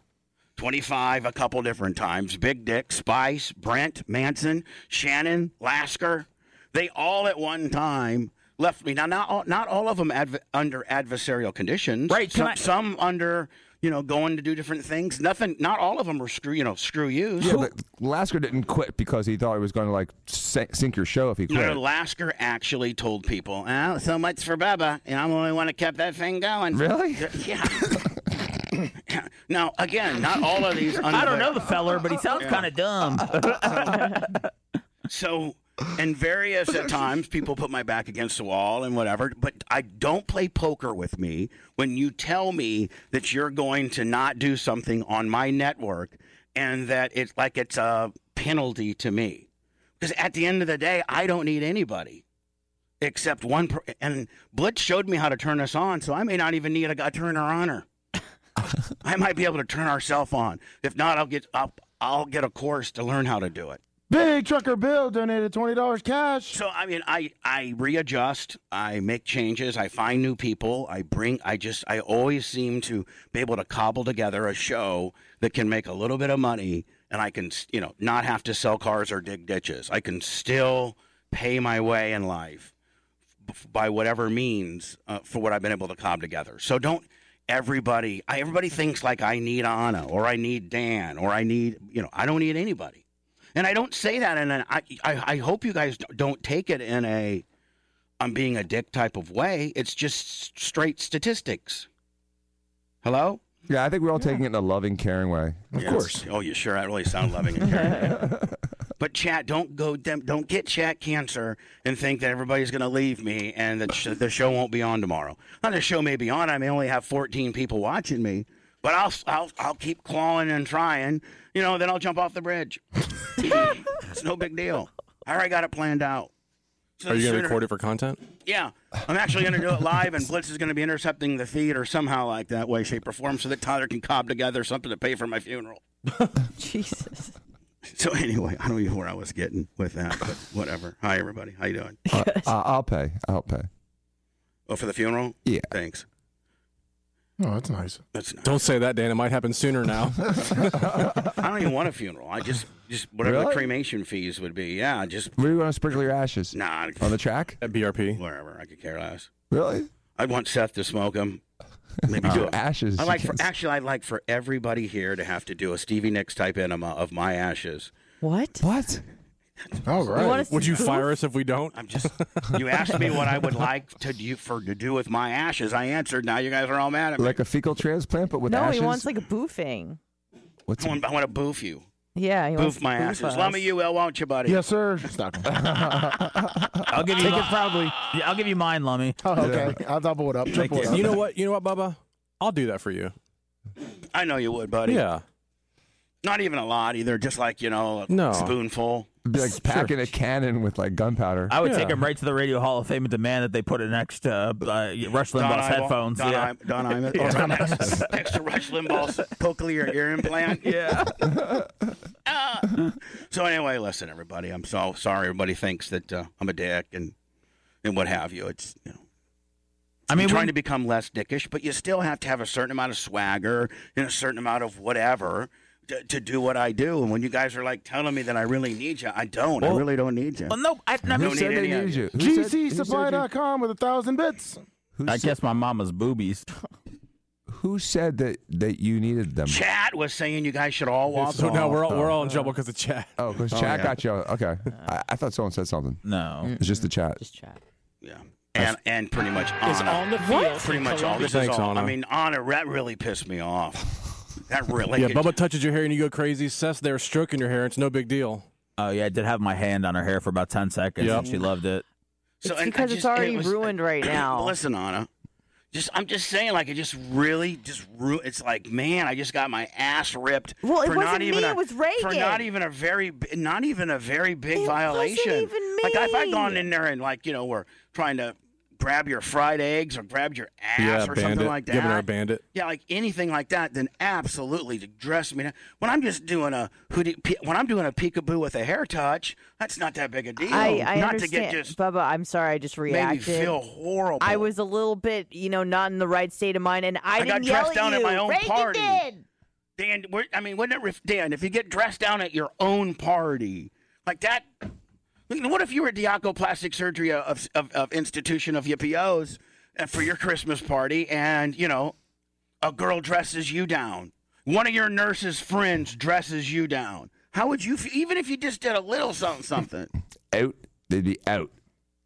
Speaker 2: 25 a couple different times. Big Dick, Spice, Brent, Manson, Shannon, Lasker. They all at one time left me. Now, not all, not all of them adv- under adversarial conditions.
Speaker 7: Right, can
Speaker 2: Some,
Speaker 7: I-
Speaker 2: some under, you know, going to do different things. Nothing. Not all of them are screw, you know, screw yous.
Speaker 6: Yeah, but Lasker didn't quit because he thought he was going to like sa- sink your show if he
Speaker 2: No,
Speaker 6: quit.
Speaker 2: no, Lasker actually told people, oh, so much for Bubba, and I'm the only one that kept that thing going.
Speaker 6: Really?
Speaker 2: Yeah. now, again, not all of these.
Speaker 7: I don't know the feller, but he sounds kind of dumb.
Speaker 2: So, and various at times, people put my back against the wall and whatever. But I don't play poker with me when you tell me that you're going to not do something on my network, and that it's like it's a penalty to me. Because at the end of the day, I don't need anybody except one. Per- and Blitz showed me how to turn us on, so I may not even need a, a turner on her. I might be able to turn ourself on. If not, I'll get I'll, I'll get a course to learn how to do it.
Speaker 5: Big Trucker Bill donated twenty dollars cash.
Speaker 2: So I mean, I I readjust, I make changes, I find new people, I bring, I just, I always seem to be able to cobble together a show that can make a little bit of money, and I can, you know, not have to sell cars or dig ditches. I can still pay my way in life f- by whatever means uh, for what I've been able to cob together. So don't everybody. I, everybody thinks like I need Anna or I need Dan or I need you know I don't need anybody, and I don't say that. And I I, I hope you guys don't take it in a I'm being a dick type of way. It's just straight statistics. Hello.
Speaker 6: Yeah, I think we're all taking it in a loving, caring way.
Speaker 5: Of
Speaker 2: Yes.
Speaker 5: course.
Speaker 2: Oh, you sure? I really sound loving and caring. but chat, don't go. dem- Don't get chat cancer and think that everybody's going to leave me and that sh- the show won't be on tomorrow. Not the show may be on. I may only have 14 people watching me, but I'll I'll, I'll keep clawing and trying. You know, then I'll jump off the bridge. it's no big deal. I already got it planned out. So
Speaker 4: Are you going to
Speaker 2: sooner-
Speaker 4: record it for content?
Speaker 2: yeah, I'm actually going to do it live, and Blitz is going to be intercepting the feed or somehow like that way, shape, or form, so that Tyler can cob together something to pay for my funeral.
Speaker 3: Jesus.
Speaker 2: So anyway, I don't even know where I was getting with that, but whatever. Hi everybody, how you doing?
Speaker 6: Uh, I- I'll pay. I'll pay.
Speaker 2: Oh, for the funeral?
Speaker 6: Yeah.
Speaker 2: Thanks.
Speaker 5: Oh, that's nice.
Speaker 2: That's nice.
Speaker 4: Don't say that, Dan. It might happen sooner now.
Speaker 2: I don't even want a funeral. I just just whatever the
Speaker 6: Really?
Speaker 2: cremation fees would be. Yeah, just
Speaker 6: Where do you want to sprinkle your ashes?
Speaker 2: nah,
Speaker 6: On the track?
Speaker 4: At BRP.
Speaker 2: wherever. I could care less.
Speaker 6: Really?
Speaker 2: I'd want Seth to smoke them. Maybe do it.
Speaker 6: Uh, Ashes.
Speaker 2: I
Speaker 6: you
Speaker 2: like for,
Speaker 6: can't-
Speaker 2: actually, I'd like for everybody here to have to do a Stevie Nicks type enema of my ashes.
Speaker 3: What?
Speaker 6: What?
Speaker 5: All
Speaker 3: You want
Speaker 5: right.
Speaker 3: us to
Speaker 4: Would you
Speaker 3: do-
Speaker 4: fire us if we don't?
Speaker 2: I'm just. you asked me what I would like to do for to do with my ashes. I answered. Now you guys are all mad at me.
Speaker 6: Like a fecal transplant, but with
Speaker 3: No,
Speaker 6: ashes?
Speaker 3: he wants like a boofing.
Speaker 6: What's
Speaker 2: I want, I want to boof you.
Speaker 3: Yeah, he wants
Speaker 2: Boof
Speaker 3: to
Speaker 2: my
Speaker 3: boof
Speaker 2: ashes.
Speaker 3: us.
Speaker 2: Lummy, you will, won't you, buddy?
Speaker 5: Yes, sir. Stop.
Speaker 7: I'll give you
Speaker 5: Take it
Speaker 7: mi-
Speaker 5: proudly.
Speaker 7: Yeah, I'll give you mine, Lummy.
Speaker 5: Oh, okay, I'll double it up. Triple it up.
Speaker 4: You know what? You know what, Bubba? I'll do that for you.
Speaker 2: I know you would, buddy.
Speaker 4: Yeah.
Speaker 2: Not even a lot either. Just like you know, a
Speaker 4: No.
Speaker 2: spoonful.
Speaker 6: Be like packing a cannon with like gunpowder.
Speaker 7: I would
Speaker 4: Yeah.
Speaker 7: take him right to the Radio Hall of Fame and demand that they put it next to uh, uh, Rush
Speaker 2: Don
Speaker 7: Limbaugh's
Speaker 2: Iwal-
Speaker 7: headphones.
Speaker 2: Don,
Speaker 7: yeah.
Speaker 2: I- Don Imus. Or Don Imus. Next to Rush Limbaugh's cochlear ear implant.
Speaker 7: yeah.
Speaker 2: So anyway, listen, everybody. I'm so sorry. Everybody thinks that uh, I'm a dick and and what have you. It's you know.
Speaker 7: I mean,
Speaker 2: I'm trying
Speaker 7: when-
Speaker 2: to become less dickish, but you still have to have a certain amount of swagger and a certain amount of whatever to, to do what I do. And when you guys are like telling me that I really need you, I don't. I really don't need you.
Speaker 7: well, no, I, I mean,
Speaker 2: need
Speaker 6: said they
Speaker 2: any of
Speaker 6: need
Speaker 2: you.
Speaker 6: you? Who said- who said you-
Speaker 5: GCSupply.com with a thousand bits.
Speaker 6: Who,
Speaker 7: I
Speaker 6: said,
Speaker 7: guess my mama's boobies.
Speaker 6: who said that that you needed them?
Speaker 2: Chat was saying you guys should all walk
Speaker 4: So
Speaker 2: off.
Speaker 4: now we're all we're
Speaker 2: Uh,
Speaker 4: all in trouble because of chat.
Speaker 6: Oh, because chat got you. Okay, I, I thought someone said something.
Speaker 7: No.
Speaker 6: It's just the chat.
Speaker 3: Just chat.
Speaker 2: yeah. And, and pretty much Anna.
Speaker 8: on the field. for
Speaker 2: pretty much all.
Speaker 8: Columbia.
Speaker 2: This is
Speaker 4: Thanks,
Speaker 2: all. I
Speaker 4: Anna.
Speaker 2: mean, Anna, that really pissed me off. That really.
Speaker 4: Yeah, Bubba touches your hair and you go crazy. Seth's there stroking your hair. It's no big deal.
Speaker 7: Oh, yeah, I did have my hand on her hair for about 10 seconds,
Speaker 4: Yep.
Speaker 7: and she loved it.
Speaker 2: So,
Speaker 3: It's
Speaker 2: and I
Speaker 3: because it's
Speaker 2: just- and it
Speaker 3: already
Speaker 2: was- uh,
Speaker 3: ruined right now.
Speaker 2: Listen, Anna. Just, I'm just saying, like it just really just ru- It's like, man, I just got my ass ripped.
Speaker 3: Well, it
Speaker 2: for
Speaker 3: wasn't
Speaker 2: not even
Speaker 3: me,
Speaker 2: a-
Speaker 3: it was
Speaker 2: For
Speaker 3: Reagan.
Speaker 2: not even a very, bi- not even a very big
Speaker 3: It
Speaker 2: violation.
Speaker 3: wasn't even
Speaker 2: Like if I'd
Speaker 3: me.
Speaker 2: gone in there and like you know we're trying to grab your fried eggs or grabbed your ass or something like that.
Speaker 4: Giving her a bandit.
Speaker 2: Yeah, like anything like that, then absolutely to dress me. down. When I'm just doing a hoodie, pe- when I'm doing a peekaboo with a hair touch, that's not that big a deal.
Speaker 3: I, I
Speaker 2: not
Speaker 3: understand.
Speaker 2: to get just
Speaker 3: Bubba, I'm sorry. I just
Speaker 2: made me
Speaker 3: reacted.
Speaker 2: feel horrible.
Speaker 3: I was a little bit, you know, not in the right state of mind, and I,
Speaker 2: I got
Speaker 3: didn't yell
Speaker 2: dressed
Speaker 3: at
Speaker 2: down at
Speaker 3: you.
Speaker 2: my own
Speaker 3: Reagan
Speaker 2: party.
Speaker 3: did.
Speaker 2: Dan, we're, I mean, wouldn't it, ref- Dan, if you get dressed down at your own party, like that, you know, what if you were Diaco Plastic Surgery of, of, of Institution of Yippios and for your Christmas party and, you know, a girl dresses you down? One of your nurse's friends dresses you down. How would you, feel, even if you just did a little something, something?
Speaker 6: Out. They'd be out.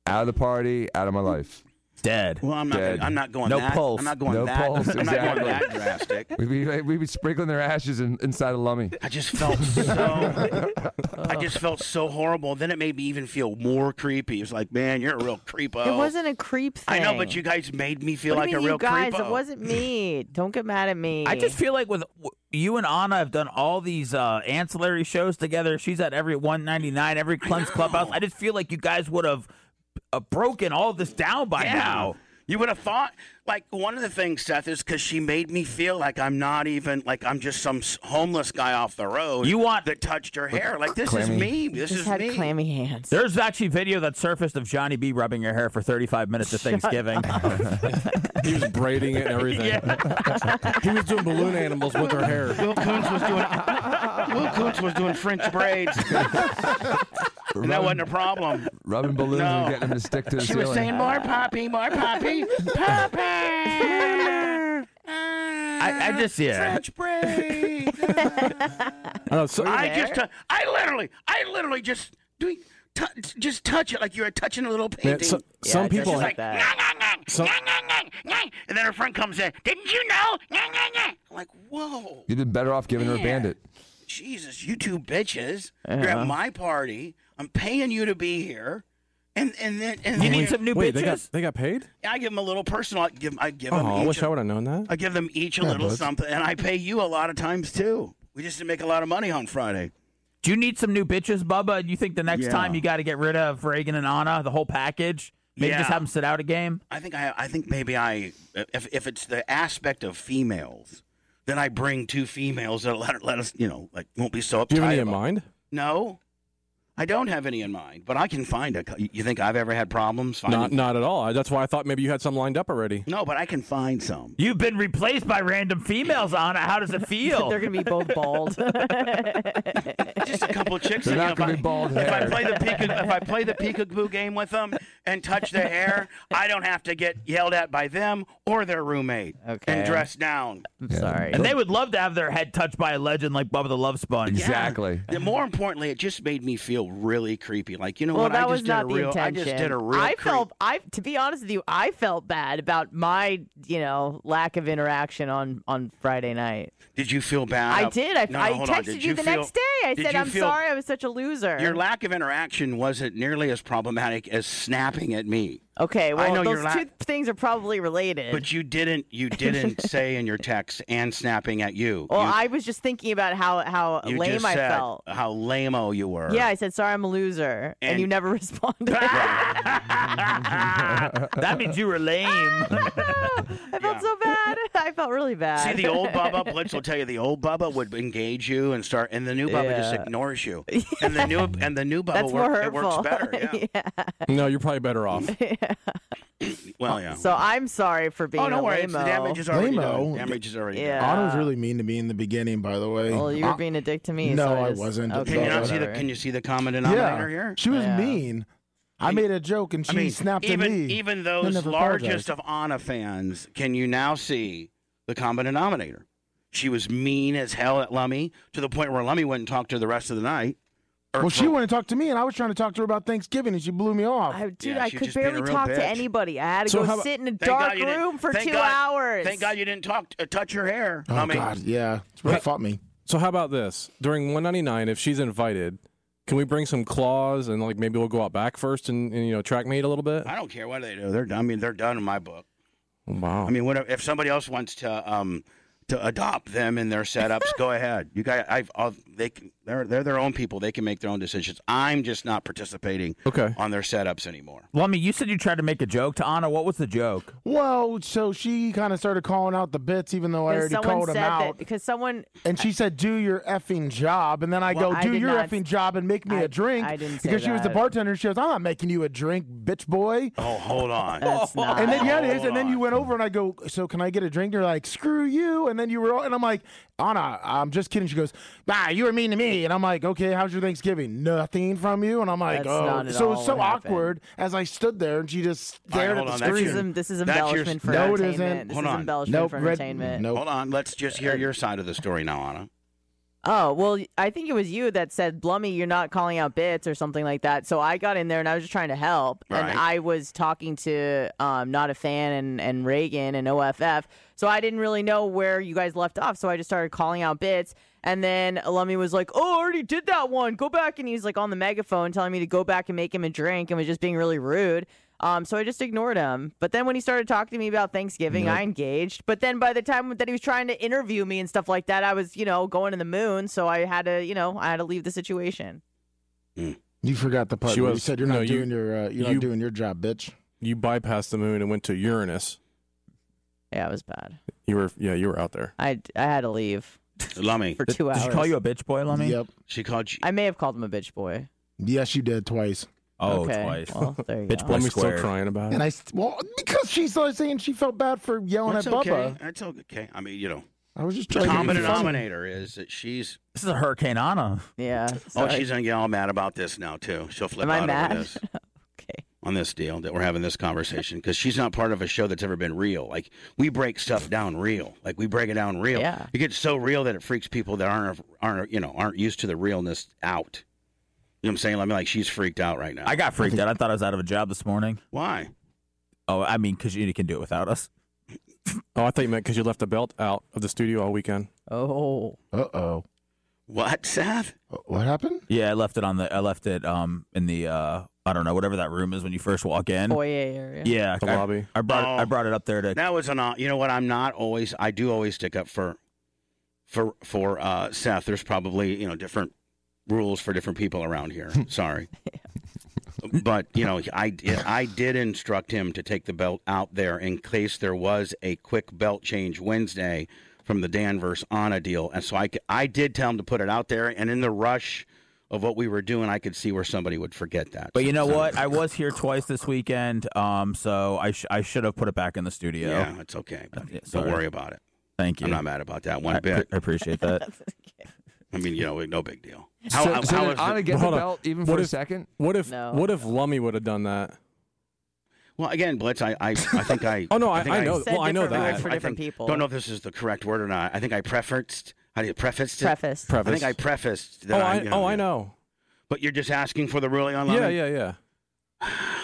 Speaker 6: Out of the party, out of my life.
Speaker 7: Dead.
Speaker 2: Well, I'm not.
Speaker 6: Dead.
Speaker 2: I'm not going
Speaker 7: No
Speaker 2: that.
Speaker 7: pulse.
Speaker 2: I'm not going
Speaker 6: No
Speaker 2: that.
Speaker 6: pulse,
Speaker 2: I'm not going that
Speaker 6: exactly.
Speaker 2: drastic.
Speaker 6: We'd be, we'd be sprinkling their ashes in, inside a lummy.
Speaker 2: I just felt so. I just felt so horrible. Then it made me even feel more creepy. It's like, man, you're a real creepo.
Speaker 3: It wasn't a creep thing.
Speaker 2: I know, but you guys made me feel
Speaker 3: What
Speaker 2: like
Speaker 3: do you mean,
Speaker 2: a real
Speaker 3: you guys,
Speaker 2: creepo.
Speaker 3: It wasn't me. Don't get mad at me.
Speaker 7: I just feel like with you and Anna have done all these uh, ancillary shows together. She's at every 199, every Clem's Clubhouse. I just feel like you guys would have uh, broken all this down by
Speaker 2: Yeah.
Speaker 7: now.
Speaker 2: You would have thought, like, one of the things, Seth, is because she made me feel like I'm not even, like, I'm just some s- homeless guy off the road
Speaker 7: You want-
Speaker 2: that touched her hair. Like, this
Speaker 6: clammy.
Speaker 2: is me. This
Speaker 3: just
Speaker 2: is
Speaker 3: had
Speaker 2: me.
Speaker 3: clammy hands.
Speaker 7: There's actually video that surfaced of Johnny B rubbing your hair for 35 minutes of Thanksgiving.
Speaker 4: He was braiding it and everything. He was doing balloon animals with her hair.
Speaker 2: Will Koontz was doing Will Koontz was doing French braids, and that wasn't a problem.
Speaker 6: Rubbing balloons
Speaker 2: No.
Speaker 6: and getting them to stick to the
Speaker 2: She
Speaker 6: ceiling.
Speaker 2: was saying more poppy, more poppy, poppy. I,
Speaker 7: I just- yeah.
Speaker 2: French braids.
Speaker 4: I, know, so,
Speaker 2: I just, tou- I literally, I literally just do, t- just touch it like you were touching a little
Speaker 4: man,
Speaker 2: painting.
Speaker 4: so, some
Speaker 3: just
Speaker 4: people.
Speaker 2: like,
Speaker 3: that.
Speaker 2: "Nyah, nyah, nyah,
Speaker 4: So-
Speaker 2: nyah, nyah, nyah, nyah," and then her friend comes in. Didn't you know? Nyah, nyah, nyah." I'm like, whoa,
Speaker 6: You'd been better off giving her a
Speaker 2: Yeah.
Speaker 6: bandit.
Speaker 2: Jesus, you two bitches! You're at my party. I'm paying you to be here, and and then and
Speaker 7: you
Speaker 2: then
Speaker 7: need some new
Speaker 4: Wait,
Speaker 7: bitches?
Speaker 4: they got they got paid?
Speaker 2: I give them a little personal. I give I give them.
Speaker 4: Oh, I
Speaker 2: each
Speaker 4: wish
Speaker 2: a-
Speaker 4: I would have known that.
Speaker 2: I give them each a little something, and I pay you a lot of times too. We just didn't make a lot of money on Friday.
Speaker 7: Do you need some new bitches, Bubba? Do you think the next
Speaker 2: Yeah.
Speaker 7: time you got to get rid of Reagan and Anna, the whole package? Maybe
Speaker 2: Yeah.
Speaker 7: just have them sit out a game?
Speaker 2: I think I, I think maybe I, if if it's the aspect of females, then I bring two females that let let us, you know, like won't be so uptight.
Speaker 4: Do you have any in
Speaker 2: about-
Speaker 4: mind?
Speaker 2: No, I don't have any in mind, but I can find a. cou- You think I've ever had problems? Finding,
Speaker 4: Not not at all. That's why I thought maybe you had some lined up already.
Speaker 2: no, but I can find some.
Speaker 7: You've been replaced by random females, Anna. How does it feel?
Speaker 3: They're gonna be both bald.
Speaker 2: Just a couple chicks.
Speaker 6: They're
Speaker 2: you know,
Speaker 6: not
Speaker 2: if
Speaker 6: going
Speaker 2: I-
Speaker 6: to be bald
Speaker 2: If I
Speaker 6: hair.
Speaker 2: play the peekab- if I play the peekaboo game with them and touch their hair, I don't have to get yelled at by them or their roommate
Speaker 3: Okay.
Speaker 2: and dressed down.
Speaker 3: I'm sorry.
Speaker 7: And they would love to have their head touched by a legend like Bubba the Love Sponge.
Speaker 6: Exactly.
Speaker 2: And more importantly, it just made me feel really creepy. Like you know
Speaker 3: well,
Speaker 2: what?
Speaker 3: that
Speaker 2: I just
Speaker 3: was
Speaker 2: did
Speaker 3: not
Speaker 2: a
Speaker 3: the
Speaker 2: real.
Speaker 3: intention.
Speaker 2: I just did a real.
Speaker 3: I
Speaker 2: creep-
Speaker 3: felt. I to be honest with you, I felt bad about my you know lack of interaction on on Friday night.
Speaker 2: Did you feel bad?
Speaker 3: I did. I,
Speaker 2: No, no,
Speaker 3: I
Speaker 2: hold
Speaker 3: texted
Speaker 2: on.
Speaker 3: you,
Speaker 2: Did you
Speaker 3: the
Speaker 2: feel-
Speaker 3: next day. I
Speaker 2: did
Speaker 3: said,
Speaker 2: you
Speaker 3: "I'm
Speaker 2: feel-
Speaker 3: sorry, I was such a loser."
Speaker 2: Your lack of interaction wasn't nearly as problematic as snapping at me.
Speaker 3: okay, well,
Speaker 2: know
Speaker 3: those
Speaker 2: you're la-
Speaker 3: two things are probably related.
Speaker 2: But you didn't. You didn't say in your text and snapping at you.
Speaker 3: well,
Speaker 2: you,
Speaker 3: I was just thinking about how how
Speaker 2: you
Speaker 3: lame
Speaker 2: just
Speaker 3: I
Speaker 2: said
Speaker 3: felt.
Speaker 2: How lame-o you were.
Speaker 3: Yeah, I said, "Sorry, I'm a loser," and,
Speaker 2: And-
Speaker 3: you never responded.
Speaker 7: that means you were lame.
Speaker 3: I felt so bad. I felt really
Speaker 2: See,
Speaker 3: bad.
Speaker 2: the old Bubba, Blitz will tell you the old Bubba would engage you and start, and the new Bubba just ignores you. And the new and the new Bubba
Speaker 3: That's more
Speaker 2: work, it
Speaker 3: hurtful.
Speaker 2: works better. Yeah.
Speaker 4: No, you're probably better off.
Speaker 2: Well, yeah.
Speaker 3: so I'm sorry for being
Speaker 2: oh,
Speaker 3: a
Speaker 2: don't worry. It's, the
Speaker 3: lame-o.
Speaker 2: damage is already
Speaker 5: Lame-o.
Speaker 2: done. Damage is already
Speaker 3: Yeah.
Speaker 2: done.
Speaker 5: Anna was really mean to me in the beginning, by the way.
Speaker 3: Well, you were
Speaker 5: Ah,
Speaker 3: being a dick to me.
Speaker 5: No,
Speaker 3: so
Speaker 5: I
Speaker 3: just-
Speaker 5: wasn't.
Speaker 3: Okay,
Speaker 2: Can you not
Speaker 5: Yeah.
Speaker 2: see the?
Speaker 3: whatever.
Speaker 2: Can you see the common
Speaker 5: yeah,
Speaker 2: denominator here?
Speaker 5: she was
Speaker 3: Yeah.
Speaker 5: mean. I made a joke and she
Speaker 2: I mean,
Speaker 5: snapped
Speaker 2: even
Speaker 5: at me.
Speaker 2: even
Speaker 5: I
Speaker 2: those
Speaker 5: never
Speaker 2: largest
Speaker 5: apologized.
Speaker 2: of Anna fans, can you now see the common denominator? She was mean as hell at Lummy to the point where Lummy wouldn't talk to her the rest of the night. Or
Speaker 5: Well, she
Speaker 2: for-
Speaker 5: wouldn't talk to me, and I was trying to talk to her about Thanksgiving, and she blew me off.
Speaker 3: I, dude,
Speaker 2: Yeah,
Speaker 3: I
Speaker 2: she
Speaker 3: could
Speaker 2: just being a
Speaker 3: barely
Speaker 2: real
Speaker 3: talk
Speaker 2: bitch.
Speaker 3: to anybody. I had to
Speaker 4: So
Speaker 3: go
Speaker 4: how about-
Speaker 3: sit in a
Speaker 2: Thank
Speaker 3: dark
Speaker 2: God you didn't-
Speaker 3: room for
Speaker 2: thank
Speaker 3: two
Speaker 2: God-
Speaker 3: hours.
Speaker 2: Thank God you didn't talk uh, touch your hair.
Speaker 5: oh
Speaker 2: I mean,
Speaker 5: God, yeah, it's really
Speaker 4: Wait.
Speaker 5: fought me.
Speaker 4: So how about this? During 199, if she's invited, can we bring some claws and like maybe we'll go out back first and, and you know track mate a little bit?
Speaker 2: I don't care what they do. They're done. I mean, they're done in my book.
Speaker 4: Wow.
Speaker 2: I mean, whatever, if somebody else wants to um to adopt them in their setups, go ahead. You guys, I've, I've they can, They're they're their own people. They can make their own decisions. I'm just not participating
Speaker 4: Okay.
Speaker 2: on their setups anymore.
Speaker 7: Well, I mean, you said you tried to make a joke to Anna. What was the joke?
Speaker 5: Well, so she kind of started calling out the bits, even though I
Speaker 3: Because
Speaker 5: already
Speaker 3: someone
Speaker 5: called
Speaker 3: said
Speaker 5: them out.
Speaker 3: that. Because someone.
Speaker 5: And she said, "Do your effing job." And then I
Speaker 3: Well,
Speaker 5: go,
Speaker 3: I
Speaker 5: "Do
Speaker 3: did
Speaker 5: your
Speaker 3: not-
Speaker 5: effing job and make me
Speaker 3: I-
Speaker 5: a drink."
Speaker 3: I didn't say
Speaker 5: because she was the
Speaker 3: that.
Speaker 5: bartender. She goes, "I'm not making you a drink, bitch boy."
Speaker 2: Oh, hold on.
Speaker 3: That's not.
Speaker 5: And then yeah, it is.
Speaker 2: Hold
Speaker 5: And then
Speaker 2: on.
Speaker 5: you went over, and I go, "So can I get a drink?" You're like, "Screw you!" And then you were, all, and I'm like, "Anna, I'm just kidding." She goes, "Bah, you were mean to me." And I'm like, "Okay, how's your Thanksgiving? Nothing from you." And I'm like,
Speaker 3: That's
Speaker 5: "Oh,
Speaker 3: not at
Speaker 5: so it
Speaker 3: all
Speaker 5: was so
Speaker 3: what happened.
Speaker 5: awkward." As I stood there, and she just
Speaker 2: All right,
Speaker 5: stared
Speaker 2: hold
Speaker 5: at
Speaker 2: on,
Speaker 5: the
Speaker 2: that's
Speaker 3: This
Speaker 2: your-
Speaker 5: screen.
Speaker 3: is, this is
Speaker 2: That's your-
Speaker 3: embellishment for
Speaker 5: No, it
Speaker 3: entertainment.
Speaker 5: isn't.
Speaker 3: This
Speaker 2: Hold
Speaker 3: is
Speaker 2: on.
Speaker 3: embellishment
Speaker 5: Nope,
Speaker 3: for
Speaker 5: red-
Speaker 3: entertainment.
Speaker 5: nope.
Speaker 2: Hold on. Let's just hear your side of the story now, Anna.
Speaker 3: Oh, well, I think it was you that said, Blummy, you're not calling out bits or something like that. So I got in there and I was just trying to help.
Speaker 2: Right.
Speaker 3: And I was talking to um, Not a Fan and, and Reagan and OFF. So I didn't really know where you guys left off. So I just started calling out bits. And then Lummy was like, Oh, I already did that one. Go back. And he's like on the megaphone telling me to go back and make him a drink and was just being really rude. Um, so I just ignored him. But then when he started talking to me about Thanksgiving, I engaged. But then by the time that he was trying to interview me and stuff like that, I was, you know, going to the moon. So I had to, you know, I had to leave the situation.
Speaker 5: You forgot the part.
Speaker 4: She
Speaker 5: where you
Speaker 4: was-
Speaker 5: said you're
Speaker 4: no,
Speaker 5: not
Speaker 4: you-
Speaker 5: doing your uh, you're
Speaker 4: you-
Speaker 5: not doing your job, bitch.
Speaker 4: You bypassed the moon and went to Uranus.
Speaker 3: Yeah, it was bad.
Speaker 4: You were yeah, you were out there.
Speaker 3: I, I had to leave
Speaker 2: Lummy.
Speaker 3: for two
Speaker 7: Did
Speaker 3: hours.
Speaker 7: she call you a bitch boy, Lummy?
Speaker 5: Yep.
Speaker 2: She called you.
Speaker 3: I may have called him a bitch boy.
Speaker 5: Yes, you did twice.
Speaker 7: Oh,
Speaker 3: okay.
Speaker 7: twice.
Speaker 3: Well, there you
Speaker 7: Bitch
Speaker 3: go.
Speaker 7: boy.
Speaker 4: Lummy's still
Speaker 7: squared.
Speaker 4: crying about
Speaker 5: And
Speaker 4: it.
Speaker 5: I st- well because she's like saying she felt bad for yelling
Speaker 2: That's
Speaker 5: at Bubba.
Speaker 2: okay. That's okay. I mean, you know,
Speaker 5: I was just
Speaker 2: the
Speaker 5: trying
Speaker 2: common
Speaker 5: to be funny.
Speaker 2: denominator is that she's.
Speaker 7: This is a Hurricane Anna.
Speaker 3: Yeah.
Speaker 2: Oh,
Speaker 3: sorry.
Speaker 2: she's gonna get all mad about this now too. She'll flip out
Speaker 3: Am I
Speaker 2: over
Speaker 3: mad?
Speaker 2: this.
Speaker 3: okay.
Speaker 2: on this deal that we're having this conversation because she's not part of a show that's ever been real. Like we break stuff down real. Like we break it down real.
Speaker 3: Yeah.
Speaker 2: It gets so real that it freaks people that aren't aren't you know aren't used to the realness out. You know what I'm saying? I mean, like she's freaked out right now.
Speaker 7: I got freaked out. I thought I was out of a job this morning.
Speaker 2: Why?
Speaker 7: Oh, I mean, because you can do it without us.
Speaker 4: Oh, I thought you meant because you left the belt out of the studio all weekend.
Speaker 3: Oh.
Speaker 5: Uh oh.
Speaker 2: What, Seth?
Speaker 5: Uh, What happened?
Speaker 7: Yeah, I left it on the. I left it um in the uh I don't know whatever that room is when you first walk in.
Speaker 3: Foyer area.
Speaker 7: Yeah,
Speaker 4: The
Speaker 7: I,
Speaker 4: lobby.
Speaker 7: I brought
Speaker 2: Oh.
Speaker 7: it, I brought it up there to.
Speaker 2: That was an. uh, You know what? I'm not always. I do always stick up for, for for uh, Seth. There's probably you know different rules for different people around here. Sorry, but you know I did, I did instruct him to take the belt out there in case there was a quick belt change Wednesday from the Danvers Anna deal, and so I c- I did tell him to put it out there, and in the rush of what we were doing, I could see where somebody would forget that.
Speaker 7: But you know
Speaker 2: So-
Speaker 7: what? I was here twice this weekend. Um, so I sh- I should have put it back in the studio.
Speaker 2: Yeah, it's okay. buddy.
Speaker 7: Uh, Yeah,
Speaker 2: Don't
Speaker 7: sorry.
Speaker 2: worry about it.
Speaker 7: Thank you.
Speaker 2: I'm not mad about that one
Speaker 7: I,
Speaker 2: bit.
Speaker 7: I appreciate that.
Speaker 2: I mean, you know, no big deal.
Speaker 6: So,
Speaker 2: How, how,
Speaker 6: so
Speaker 2: how
Speaker 6: did
Speaker 2: is
Speaker 6: Anna
Speaker 2: it?
Speaker 6: get the
Speaker 4: Hold on.
Speaker 6: belt even
Speaker 4: What
Speaker 6: for a
Speaker 4: if-
Speaker 6: second?
Speaker 4: What if
Speaker 3: No.
Speaker 4: what if Lummy would have done that?
Speaker 2: Well, again, Blitz, I, I, I think I.
Speaker 4: Oh no, I,
Speaker 2: think
Speaker 4: I know.
Speaker 3: Said
Speaker 4: Well, I know
Speaker 3: different
Speaker 4: that.
Speaker 3: words for
Speaker 2: I
Speaker 3: different
Speaker 2: think-
Speaker 3: people.
Speaker 2: Don't know if this is the correct word or not. I think I prefaced. How do you prefaced it?
Speaker 3: Preface.
Speaker 2: I think
Speaker 4: Preface.
Speaker 2: I prefaced. That
Speaker 4: oh,
Speaker 2: I,
Speaker 4: I,
Speaker 2: you
Speaker 4: oh, I know.
Speaker 2: But you're just asking for the ruling on Lummy.
Speaker 4: Yeah, yeah, yeah.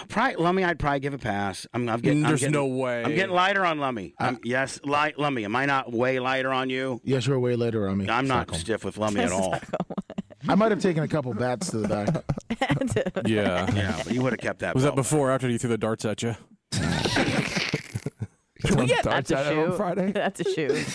Speaker 2: Probably, Lummy, I'd probably give a pass. I'm, I'm getting. I'm
Speaker 4: There's
Speaker 2: getting-
Speaker 4: no way. Uh,
Speaker 2: I'm getting lighter on Lummy. I'm, yes, light Lummy. Am I not way lighter on you?
Speaker 5: Yes, you're way later on me.
Speaker 2: I'm not
Speaker 5: Circle.
Speaker 2: stiff with Lummy at all.
Speaker 5: I might have taken a couple bats to the back.
Speaker 4: Yeah.
Speaker 2: yeah, but you would have kept that.
Speaker 4: Was
Speaker 2: belt.
Speaker 4: that before or after you threw the darts at you?
Speaker 6: Can we get
Speaker 3: That's a
Speaker 6: on
Speaker 3: shoe.
Speaker 6: Friday?
Speaker 3: That's a shoe.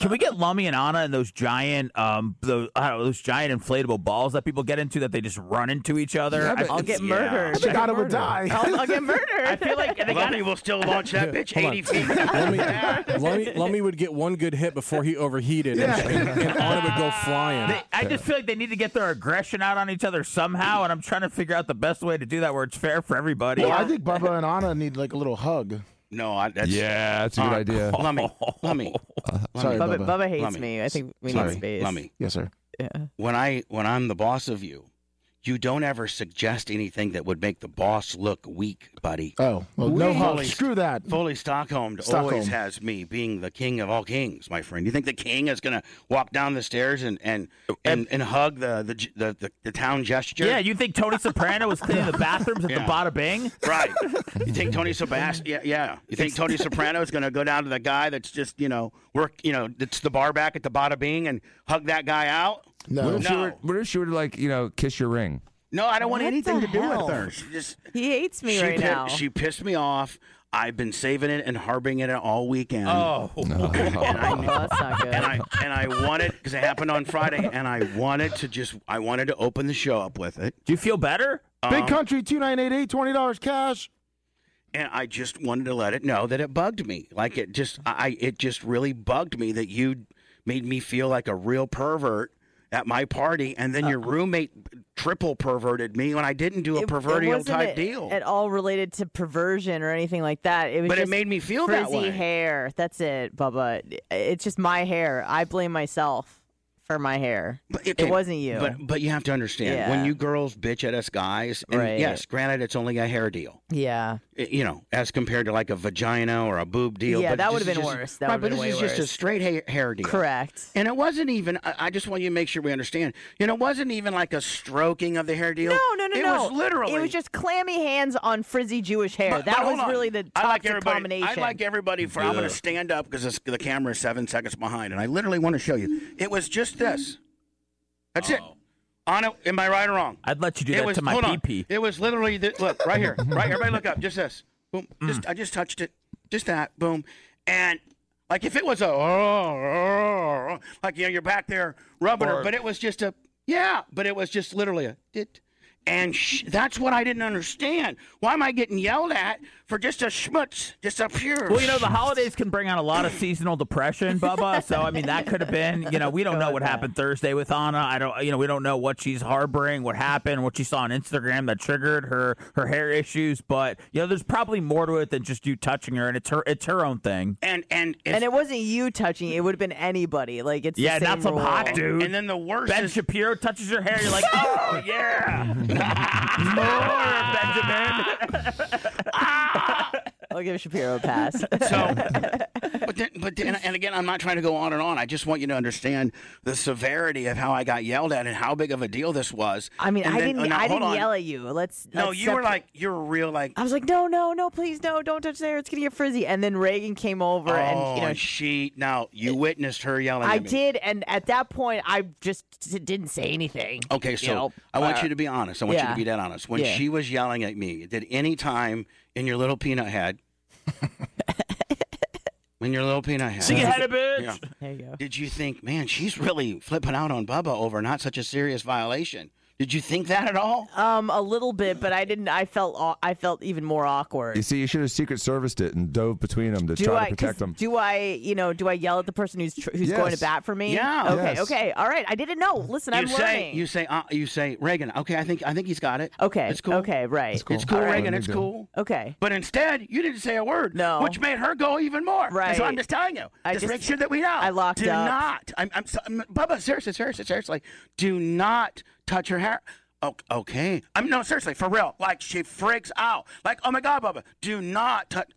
Speaker 7: Can we get Lummy and Anna and those giant um those I don't know, those giant inflatable balls that people get into that they just run into each other?
Speaker 6: Yeah, but-
Speaker 7: I,
Speaker 3: I'll get
Speaker 2: Yeah.
Speaker 5: I
Speaker 3: murdered.
Speaker 5: think Anna would die.
Speaker 3: I'll, I'll get murdered.
Speaker 7: I feel like they got
Speaker 2: Lummy will still launch that bitch
Speaker 4: Hold on.
Speaker 2: 80 feet.
Speaker 4: Lummy, Lummy, Lummy would get one good hit before he overheated, and, and, and Anna would go flying.
Speaker 7: They, I just feel like they need to get their aggression out on each other somehow, and I'm trying to figure out the best way to do that where it's fair for everybody.
Speaker 5: Well, I think Bubba and Anna need like a little hug.
Speaker 2: No, I, that's
Speaker 6: Yeah, that's a good
Speaker 2: Uh,
Speaker 6: idea.
Speaker 2: Lummy, Lummy,
Speaker 5: Sorry,
Speaker 3: Bubba,
Speaker 5: Bubba.
Speaker 3: Bubba hates
Speaker 2: Lummy.
Speaker 3: me. I think we
Speaker 2: Sorry,
Speaker 3: need space.
Speaker 2: Lummy.
Speaker 5: Yes, sir.
Speaker 3: Yeah.
Speaker 2: When I when I'm the boss of you, you don't ever suggest anything that would make the boss look weak, buddy.
Speaker 5: Oh, well, no
Speaker 2: We-
Speaker 5: hug.
Speaker 2: Holy-
Speaker 5: Screw that.
Speaker 2: Fully Stockholm
Speaker 5: Stockholm.
Speaker 2: always has me being the king of all kings, my friend. You think the king is gonna walk down the stairs and and and, and hug the the, j- the the the town gesture?
Speaker 7: Yeah, you think Tony Soprano was cleaning the bathrooms at
Speaker 2: Yeah.
Speaker 7: the Bada Bing?
Speaker 2: right. You think Tony Sebastian? Yeah, yeah. You think Tony Soprano is gonna go down to the guy that's just you know work you know that's the bar back at the bada bing and hug that guy out?
Speaker 6: What
Speaker 5: No.
Speaker 6: if she were? What if she were to like you know kiss your ring?
Speaker 2: No, I don't want
Speaker 3: What
Speaker 2: anything
Speaker 3: the
Speaker 2: to do
Speaker 3: hell?
Speaker 2: with her. She just
Speaker 3: He hates me
Speaker 2: she
Speaker 3: right
Speaker 2: pi-
Speaker 3: now.
Speaker 2: She pissed me off. I've been saving it and harboring it all weekend.
Speaker 7: Oh,
Speaker 3: Oh, that's not good.
Speaker 2: and I and I wanted because it happened on Friday, and I wanted to just I wanted to open the show up with it,
Speaker 7: do you feel better?
Speaker 5: Big Country 2988, $20 cash.
Speaker 2: and I just wanted to let it know that it bugged me. Like it just I it just really bugged me that you made me feel like a real pervert at my party, and then your roommate triple perverted me when I didn't do a
Speaker 3: It- it
Speaker 2: pervertial
Speaker 3: wasn't
Speaker 2: type
Speaker 3: at-
Speaker 2: deal.
Speaker 3: at all related to perversion or anything like that. It was
Speaker 2: But it
Speaker 3: just
Speaker 2: made me feel that
Speaker 3: frizzy
Speaker 2: way.
Speaker 3: hair. That's it, Bubba. It's just my hair. I blame myself for my hair.
Speaker 2: But-
Speaker 3: It
Speaker 2: okay,
Speaker 3: wasn't you.
Speaker 2: But but you have to understand
Speaker 3: Yeah.
Speaker 2: when you girls bitch at us guys, and
Speaker 3: Right.
Speaker 2: yes, granted it's only a hair deal.
Speaker 3: yeah,
Speaker 2: i- You know, as compared to like a vagina or a boob deal.
Speaker 3: Yeah,
Speaker 2: but
Speaker 3: that
Speaker 2: this
Speaker 3: would've
Speaker 2: is
Speaker 3: been
Speaker 2: just-
Speaker 3: worse. That
Speaker 2: right,
Speaker 3: would've
Speaker 2: but
Speaker 3: been
Speaker 2: this
Speaker 3: way
Speaker 2: is just a
Speaker 3: worse.
Speaker 2: straight hair, hair deal.
Speaker 3: correct.
Speaker 2: And it wasn't even. I I just want you to make sure we understand. You know, it wasn't even like a stroking of the hair deal.
Speaker 3: No, no, no,
Speaker 2: it
Speaker 3: no.
Speaker 2: was literally.
Speaker 3: It was just clammy hands on frizzy Jewish hair.
Speaker 2: But-
Speaker 3: that
Speaker 2: but
Speaker 3: was
Speaker 2: hold on.
Speaker 3: really the
Speaker 2: I like
Speaker 3: toxic
Speaker 2: everybody,
Speaker 3: combination.
Speaker 2: I like everybody for. I'm going to stand up because the camera is seven seconds behind, and I literally want to show you. It was just this. That's it. On it. Am I right or wrong?
Speaker 7: I'd let you do that to my
Speaker 2: hold on.
Speaker 7: PP.
Speaker 2: It was literally th- look right here, right. Everybody look up. Just this. Boom. Just
Speaker 7: Mm.
Speaker 2: I just touched it. Just that. Boom. And like if it was a oh, oh, like you know you're back there rubbing her, but it was just a yeah, but it was just literally a dit. And sh- that's what I didn't understand. Why am I getting yelled at for just a schmutz, just a pure?
Speaker 7: Well, you know, the holidays can bring on a lot of seasonal depression, Bubba. So, I mean, that could have been, you know, we don't know what happened Thursday with Anna. I don't, you know, we don't know what she's harboring, what happened, what she saw on Instagram that triggered her her hair issues. But you know, there's probably more to it than just you touching her, and it's her it's her own thing.
Speaker 2: and and if,
Speaker 3: and it wasn't you touching. it. It would have been anybody. Like it's the
Speaker 7: Yeah,
Speaker 3: same
Speaker 7: not some hot
Speaker 3: rule.
Speaker 7: dude.
Speaker 2: and then the worst
Speaker 7: Ben
Speaker 2: is
Speaker 7: Shapiro touches your hair, you're like, oh yeah, more Benjamin.
Speaker 3: I'll give Shapiro a pass.
Speaker 2: So, but then, but then, and again, I'm not trying to go on and on. I just want you to understand the severity of how I got yelled at and how big of a deal this was.
Speaker 3: I mean,
Speaker 2: And
Speaker 3: I
Speaker 2: then-
Speaker 3: didn't.
Speaker 2: oh, now,
Speaker 3: I
Speaker 2: hold
Speaker 3: didn't
Speaker 2: on.
Speaker 3: yell at you. Let's.
Speaker 2: No,
Speaker 3: let's
Speaker 2: you were
Speaker 3: separate-
Speaker 2: like, you're real, like.
Speaker 3: I was like, no, no, no, please, no, don't touch there. It's gonna get frizzy. And then Reagan came over,
Speaker 2: Oh,
Speaker 3: and you know,
Speaker 2: and she. Now you witnessed her yelling.
Speaker 3: I
Speaker 2: at me.
Speaker 3: did. And at that point, I just d- didn't say anything.
Speaker 2: Okay,
Speaker 3: you
Speaker 2: so
Speaker 3: know,
Speaker 2: I want
Speaker 3: uh,
Speaker 2: you to be honest. I want you
Speaker 3: yeah.
Speaker 2: to be that honest. When
Speaker 3: Yeah.
Speaker 2: she was yelling at me, did any time in your little peanut head, in your little peanut head,
Speaker 7: She had a bitch.
Speaker 2: Yeah.
Speaker 3: There you go.
Speaker 2: Did you think, man, she's really flipping out on Bubba over not such a serious violation? Did you think that at all?
Speaker 3: Um, a little bit, but I didn't. I felt. aw- I felt even more awkward.
Speaker 6: You see, you should have secret serviced it and dove between them to
Speaker 3: do
Speaker 6: try
Speaker 3: I
Speaker 6: to protect
Speaker 3: 'cause
Speaker 6: them.
Speaker 3: do I you know do I yell at the person who's tr- who's going to
Speaker 6: Yes.
Speaker 3: bat for me?
Speaker 2: Yeah.
Speaker 3: Okay.
Speaker 6: Yes.
Speaker 3: Okay. All right. I didn't know. Listen,
Speaker 2: you
Speaker 3: I'm
Speaker 2: say,
Speaker 3: learning.
Speaker 2: you say, uh, you say, Reagan. Okay, I think, I think he's got it.
Speaker 3: okay.
Speaker 2: it's cool.
Speaker 3: Okay. Right.
Speaker 6: It's cool.
Speaker 2: It's cool,
Speaker 6: All right.
Speaker 2: Reagan.
Speaker 6: What
Speaker 2: It's
Speaker 6: are you doing?
Speaker 2: cool.
Speaker 3: Okay.
Speaker 2: But instead, you didn't say a word.
Speaker 3: No.
Speaker 2: Which made her go even more.
Speaker 3: Right.
Speaker 2: So I'm just telling you.
Speaker 3: I
Speaker 2: just,
Speaker 3: just-
Speaker 2: make sure that we know.
Speaker 3: I locked
Speaker 2: do
Speaker 3: up.
Speaker 2: not. I'm, I'm, so, I'm- Bubba, seriously, seriously, seriously. Do not touch her hair. Oh, okay. I'm no, seriously, for real. Like she freaks out. Like, oh my God, Bubba, do not touch.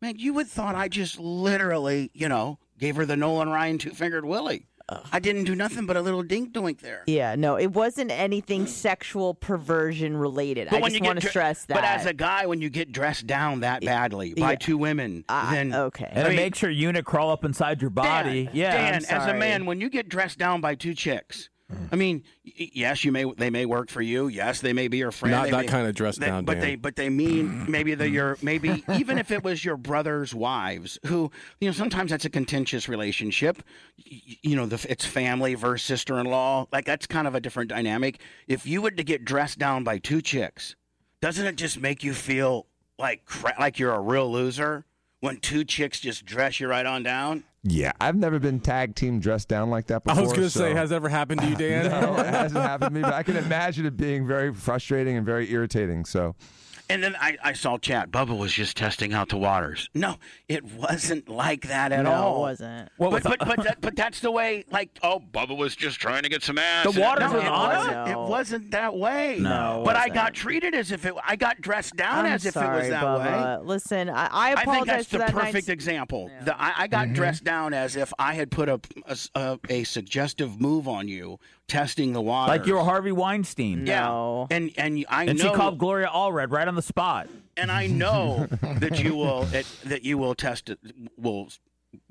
Speaker 2: Man, you would thought I just literally, you know, gave her the Nolan Ryan two fingered Willie. I didn't do nothing but a little dink doink there.
Speaker 3: Yeah. No, it wasn't anything sexual perversion related. I just want to
Speaker 2: dre-
Speaker 3: stress that.
Speaker 2: But as a guy, when you get dressed down that badly by
Speaker 3: yeah.
Speaker 2: two women,
Speaker 3: I-
Speaker 2: then
Speaker 3: okay.
Speaker 7: And
Speaker 2: I
Speaker 7: it
Speaker 2: mean,
Speaker 7: makes your unit crawl up inside your body.
Speaker 2: Dan,
Speaker 7: yeah,
Speaker 2: Dan, as a
Speaker 3: sorry.
Speaker 2: man, when you get dressed down by two chicks, I mean, y- yes, you may they may work for you. Yes, they may be your friend.
Speaker 4: Not
Speaker 2: they may-
Speaker 4: that kind of dress
Speaker 2: they-
Speaker 4: down,
Speaker 2: But
Speaker 4: Dan.
Speaker 2: they but they mean maybe they're your maybe even if it was your brother's wives who you know sometimes that's a contentious relationship. Y- y- You know, the, it's family versus sister-in-law. Like that's kind of a different dynamic. If you were to get dressed down by two chicks, doesn't it just make you feel like cra- like you're a real loser when two chicks just dress you right on down?
Speaker 6: Yeah, I've never been tag team dressed down like that before.
Speaker 4: I was gonna
Speaker 6: so-
Speaker 4: say, has that ever happened to you, Dan?
Speaker 6: No, it hasn't happened to me, but I can imagine it being very frustrating and very irritating. So
Speaker 2: And then I, I saw chat. Bubba was just testing out the waters. No, it wasn't like that at
Speaker 3: no,
Speaker 2: all.
Speaker 3: it wasn't.
Speaker 2: but, but, but, that, but that's the way, like, oh, Bubba was just trying to get some ass.
Speaker 7: The
Speaker 2: And-
Speaker 7: waters
Speaker 2: no,
Speaker 7: was
Speaker 2: it
Speaker 7: on
Speaker 2: wasn't,
Speaker 3: us?
Speaker 2: it wasn't that way.
Speaker 7: No, it
Speaker 2: But I got treated as if it, I got dressed down
Speaker 3: I'm
Speaker 2: as if
Speaker 3: sorry,
Speaker 2: it was that way.
Speaker 3: Bubba. Listen, I, I
Speaker 2: I
Speaker 3: apologize
Speaker 2: think that's the
Speaker 3: for that night's-
Speaker 2: perfect example. The- I, I got dressed down as if I had put a, a, a- a suggestive move on you, testing the waters.
Speaker 7: like you were Harvey Weinstein.
Speaker 2: Yeah.
Speaker 3: No.
Speaker 2: And, and I
Speaker 7: And
Speaker 2: know.
Speaker 7: she called Gloria Allred right on the spot.
Speaker 2: and I know that you will it, that you will test it, will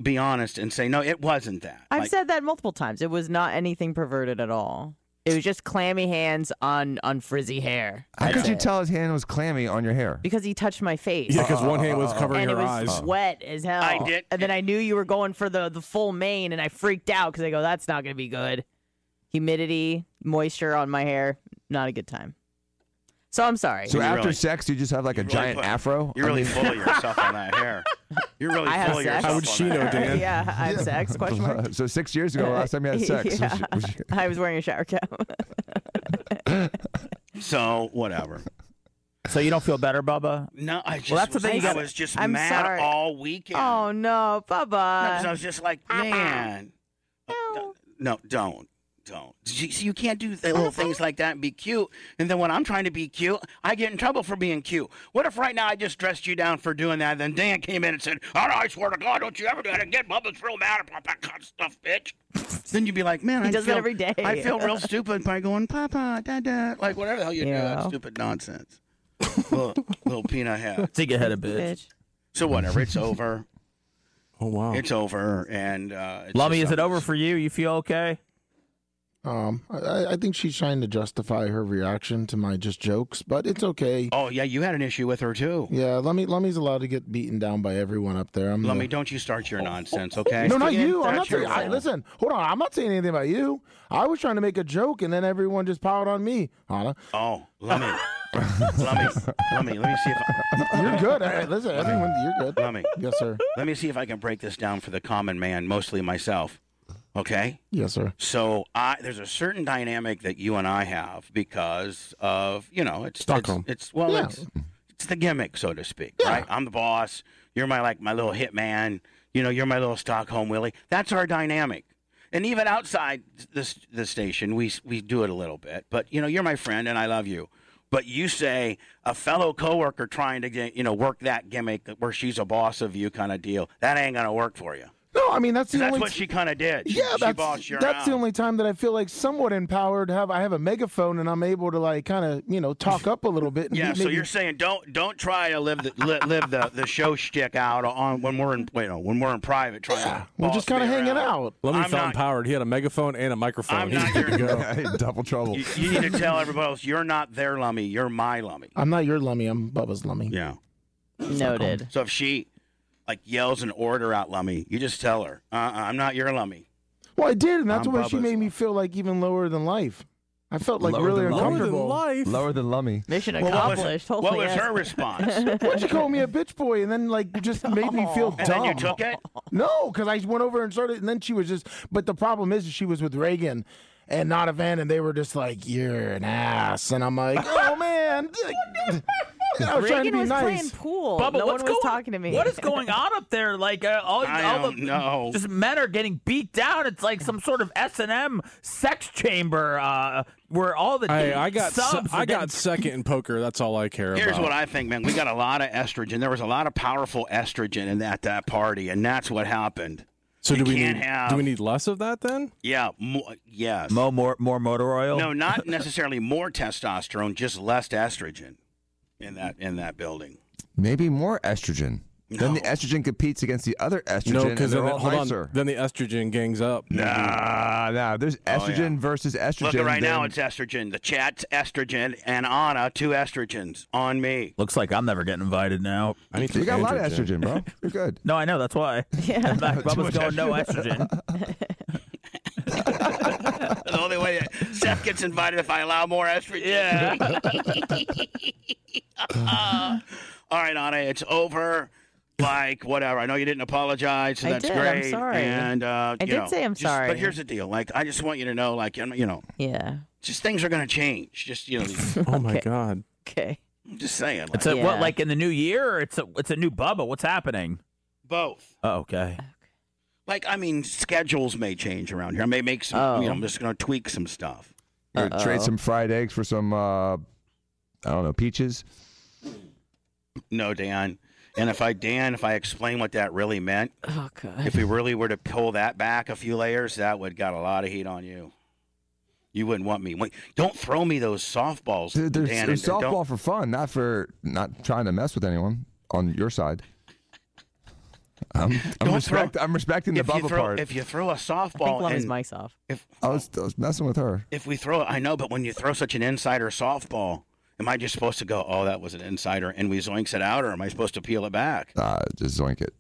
Speaker 2: be honest and say no, it wasn't that.
Speaker 3: I've
Speaker 2: Like,
Speaker 3: said that multiple times. It was not anything perverted at all. It was just clammy hands on on frizzy hair.
Speaker 6: How could
Speaker 3: That's
Speaker 6: you
Speaker 3: it.
Speaker 6: tell his hand was clammy on your hair?
Speaker 3: Because he touched my face.
Speaker 4: Yeah, because one hand was covering
Speaker 3: and it
Speaker 4: her
Speaker 3: was
Speaker 2: Oh.
Speaker 4: eyes.
Speaker 3: wet as hell.
Speaker 2: I did-
Speaker 3: And then I knew you were going for the the full mane, and I freaked out because I go, that's not gonna be good. Humidity, moisture on my hair, not a good time. So I'm sorry.
Speaker 6: So
Speaker 2: You're
Speaker 6: after
Speaker 2: really-
Speaker 6: sex, you just have like a
Speaker 2: really
Speaker 6: giant
Speaker 2: put-
Speaker 6: afro.
Speaker 2: You're
Speaker 6: I
Speaker 2: really
Speaker 6: mean,
Speaker 2: full of yourself on that hair. You're really
Speaker 3: I have
Speaker 2: full of
Speaker 3: sex.
Speaker 2: yourself.
Speaker 3: How
Speaker 4: would
Speaker 2: on
Speaker 4: she
Speaker 2: that
Speaker 4: know,
Speaker 2: hair.
Speaker 4: Dan?
Speaker 3: yeah, I had sex? Question mark.
Speaker 6: so six years ago, last time you had sex. was
Speaker 3: Yeah.
Speaker 6: you- was you-
Speaker 3: I was wearing a shower cap.
Speaker 2: So whatever.
Speaker 7: So you don't feel better, Bubba?
Speaker 2: No, I just
Speaker 7: that's the
Speaker 2: was,
Speaker 7: thing you
Speaker 2: I
Speaker 7: gotta-
Speaker 2: was just
Speaker 3: I'm
Speaker 2: mad
Speaker 3: sorry.
Speaker 2: all weekend.
Speaker 3: Oh Uh-uh. no,
Speaker 2: No, 'cause I
Speaker 3: Bubba.
Speaker 2: was just like, man,
Speaker 3: No.
Speaker 2: no, don't, don't. See, see, you can't do th- little things like that and be cute. And then when I'm trying to be cute, I get in trouble for being cute. What if right now I just dressed you down for doing that? Then Dan came in and said, "Oh, no, I swear to God, don't you ever do that again, Bubba's real mad about that kind of stuff, bitch." then you'd be like, man,
Speaker 3: He
Speaker 2: I
Speaker 3: does
Speaker 2: feel,
Speaker 3: that every day.
Speaker 2: I feel real stupid by going, Papa, Dada, like whatever the hell you do,
Speaker 3: Yeah.
Speaker 2: that stupid nonsense. little, little peanut hat.
Speaker 7: Think ahead a bit.
Speaker 3: Bitch.
Speaker 2: So whatever, it's over.
Speaker 4: Oh wow.
Speaker 2: It's over, and uh, it's
Speaker 7: Lummy,
Speaker 2: just
Speaker 7: is it
Speaker 2: something-
Speaker 7: over for you? You feel okay?
Speaker 5: Um, I, I think she's trying to justify her reaction to my just jokes, but it's okay.
Speaker 2: Oh yeah, you had an issue with her too.
Speaker 5: Yeah, Lummy Lummy's allowed to get beaten down by everyone up there. I'm
Speaker 2: Lummy,
Speaker 5: the-
Speaker 2: don't you start your nonsense, okay?
Speaker 5: No, not you.
Speaker 2: That's
Speaker 5: I'm not saying.
Speaker 2: your
Speaker 5: I,
Speaker 2: fault.
Speaker 5: listen, hold on. I'm not saying anything about you. I was trying to make a joke, and then everyone just piled on me. Anna,
Speaker 2: Oh, Lummy, Lummy, Lummy. Let me see if I,
Speaker 5: you're good. Hey, listen, everyone, you're good.
Speaker 2: Lummy.
Speaker 5: Yes, sir.
Speaker 2: Let me see if I can break this down for the common man, mostly myself. Okay.
Speaker 5: Yes, sir.
Speaker 2: So I there's a certain dynamic that you and I have because of you know it's
Speaker 4: Stockholm.
Speaker 2: It's, it's well,
Speaker 5: Yeah.
Speaker 2: it's it's the gimmick, so to speak. Right. I'm the boss. You're my like my little hitman. You know, you're my little Stockholm Willie. That's our dynamic. And even outside this the station, we we do it a little bit. But you know, you're my friend, and I love you. But you say a fellow coworker trying to get you know work that gimmick where she's a boss of you kind of deal. That ain't gonna work for you.
Speaker 5: No, I mean that's the
Speaker 2: That's
Speaker 5: only.
Speaker 2: what she kind of did. She,
Speaker 5: yeah,
Speaker 2: she
Speaker 5: that's
Speaker 2: bossed you
Speaker 5: that's the
Speaker 2: around.
Speaker 5: only time that I feel like somewhat empowered. Have I have a megaphone and I'm able to like kind of you know talk up a little bit. And
Speaker 2: Yeah,
Speaker 5: maybe,
Speaker 2: so you're saying don't don't try to live the li, live the, the show shtick out on when we're in you know, when we're in private trying. to
Speaker 5: we're
Speaker 2: boss
Speaker 5: just kind
Speaker 2: me
Speaker 5: of hanging
Speaker 2: around.
Speaker 5: out.
Speaker 4: Let me
Speaker 2: I'm
Speaker 4: felt
Speaker 2: not-
Speaker 4: empowered. He had a megaphone and a microphone.
Speaker 2: I'm
Speaker 4: He
Speaker 2: not
Speaker 4: was good to
Speaker 2: your-
Speaker 4: go.
Speaker 6: Hey, Double trouble.
Speaker 2: You, you need to tell everybody else you're not their lummy, you're my lummy.
Speaker 5: I'm not your Lummy. I'm Bubba's Lummy.
Speaker 2: Yeah.
Speaker 3: Noted.
Speaker 2: So if she like yells an order out lummy, you just tell her, uh, uh I'm not your lummy.
Speaker 5: Well, I did, and that's
Speaker 2: I'm
Speaker 5: why she
Speaker 2: Bubba's
Speaker 5: made me
Speaker 2: Lummy.
Speaker 5: feel like even lower than life. I felt like
Speaker 6: Lower
Speaker 5: really
Speaker 6: than life.
Speaker 4: Lower than
Speaker 5: uncomfortable.
Speaker 4: life.
Speaker 6: Lower than Lummy.
Speaker 3: Mission
Speaker 2: Well, what was,
Speaker 3: accomplished.
Speaker 2: what
Speaker 3: Holy
Speaker 2: was
Speaker 3: yes.
Speaker 2: her response?
Speaker 5: Why'd you call me a bitch boy and then like just made me feel
Speaker 2: And
Speaker 5: dumb?
Speaker 2: then you took it.
Speaker 5: No, because I went over and started, and then she was just. But the problem is, she was with Reagan and not a van, and they were just like, "You're an ass," and I'm like, "Oh man." I was trying to
Speaker 3: Reagan
Speaker 5: be
Speaker 3: was playing
Speaker 5: nice.
Speaker 3: pool.
Speaker 7: Bubba,
Speaker 3: no one was
Speaker 7: what's going,
Speaker 3: talking to me.
Speaker 7: What is going on up there? Like uh, all,
Speaker 2: I
Speaker 7: all
Speaker 2: don't
Speaker 7: the
Speaker 2: know.
Speaker 7: just men are getting beat down. It's like some sort of S and M sex chamber uh, where all the
Speaker 4: Hey, I got se-
Speaker 7: subs are
Speaker 4: I
Speaker 7: getting-
Speaker 4: got second in poker. That's all I care
Speaker 2: Here's
Speaker 4: about.
Speaker 2: what I think, man. We got a lot of estrogen. There was a lot of powerful estrogen in that that party, and that's what happened.
Speaker 4: so do
Speaker 2: you
Speaker 4: we
Speaker 2: can't
Speaker 4: need
Speaker 2: have-
Speaker 4: do we need less of that then?
Speaker 2: Yeah. Mo- uh, yes.
Speaker 7: Mo more more motor oil.
Speaker 2: No, not necessarily more testosterone, just less estrogen in that in that building.
Speaker 6: Maybe more estrogen. Then the
Speaker 2: No.
Speaker 6: estrogen competes against the other estrogen.
Speaker 4: No, because
Speaker 6: because
Speaker 4: then,
Speaker 6: they're
Speaker 4: the-
Speaker 6: all
Speaker 4: hold
Speaker 6: nicer. Oh,
Speaker 4: on, then the estrogen gangs up.
Speaker 6: Nah, Ah, nah. There's estrogen versus estrogen.
Speaker 2: Look at right now,
Speaker 6: then-
Speaker 2: it's estrogen. The chat's estrogen, and Anna two estrogens on me.
Speaker 7: Looks like I'm never getting invited now.
Speaker 4: I need
Speaker 6: you
Speaker 4: some
Speaker 6: got a lot of
Speaker 4: androgen.
Speaker 6: estrogen, bro. You're good.
Speaker 7: No, I know that's why. Yeah, In fact, Bubba's going no estrogen.
Speaker 2: the only way Seth gets invited if I allow more estrogen.
Speaker 7: Yeah.
Speaker 2: All right, Anna, it's over. Like whatever. I know you didn't apologize, so
Speaker 3: I
Speaker 2: that's
Speaker 3: did. I'm
Speaker 2: great.
Speaker 3: sorry.
Speaker 2: And uh,
Speaker 3: I
Speaker 2: you
Speaker 3: did
Speaker 2: know,
Speaker 3: say I'm
Speaker 2: just-
Speaker 3: sorry.
Speaker 2: But here's the deal. Like I just want you to know, like you know- you know,
Speaker 3: Yeah.
Speaker 2: just things are gonna change. Just you know, these-
Speaker 4: Oh my
Speaker 3: Okay.
Speaker 4: god.
Speaker 3: Okay.
Speaker 2: I'm just saying. Like,
Speaker 7: It's a,
Speaker 3: Yeah.
Speaker 7: what like in the new year? Or it's a it's a new Bubba. What's happening?
Speaker 2: both.
Speaker 7: Oh, okay.
Speaker 2: Like, I mean, schedules may change around here. I may make some,
Speaker 3: Oh.
Speaker 2: you know, I'm just going to tweak some stuff.
Speaker 6: You're gonna trade
Speaker 3: Uh-oh.
Speaker 6: some fried eggs for some, uh, I don't know, peaches.
Speaker 2: No, Dan. And if I, Dan, if I explain what that really meant,
Speaker 3: Oh god.
Speaker 2: if we really were to pull that back a few layers, that would got a lot of heat on you. You wouldn't want me. Wait, don't throw me those softballs,
Speaker 6: Dude, there's,
Speaker 2: Dan.
Speaker 6: there's
Speaker 2: and- and don't-
Speaker 6: softball for fun, not for not trying to mess with anyone on your side. I'm, I'm,
Speaker 2: Don't
Speaker 6: respect,
Speaker 2: throw-
Speaker 6: I'm respecting the
Speaker 2: If you,
Speaker 6: Bubba
Speaker 2: throw,
Speaker 6: part.
Speaker 2: if you throw a
Speaker 3: I think
Speaker 2: softball,
Speaker 3: Lum is
Speaker 2: and
Speaker 3: mic's off.
Speaker 2: if
Speaker 6: I, was, I was messing with her.
Speaker 2: if we throw, I know, but when you throw such an insider softball, am I just supposed to go, "Oh, that was an insider," and we zoinks it out, or am I supposed to peel it back?
Speaker 6: Uh, just zoink it.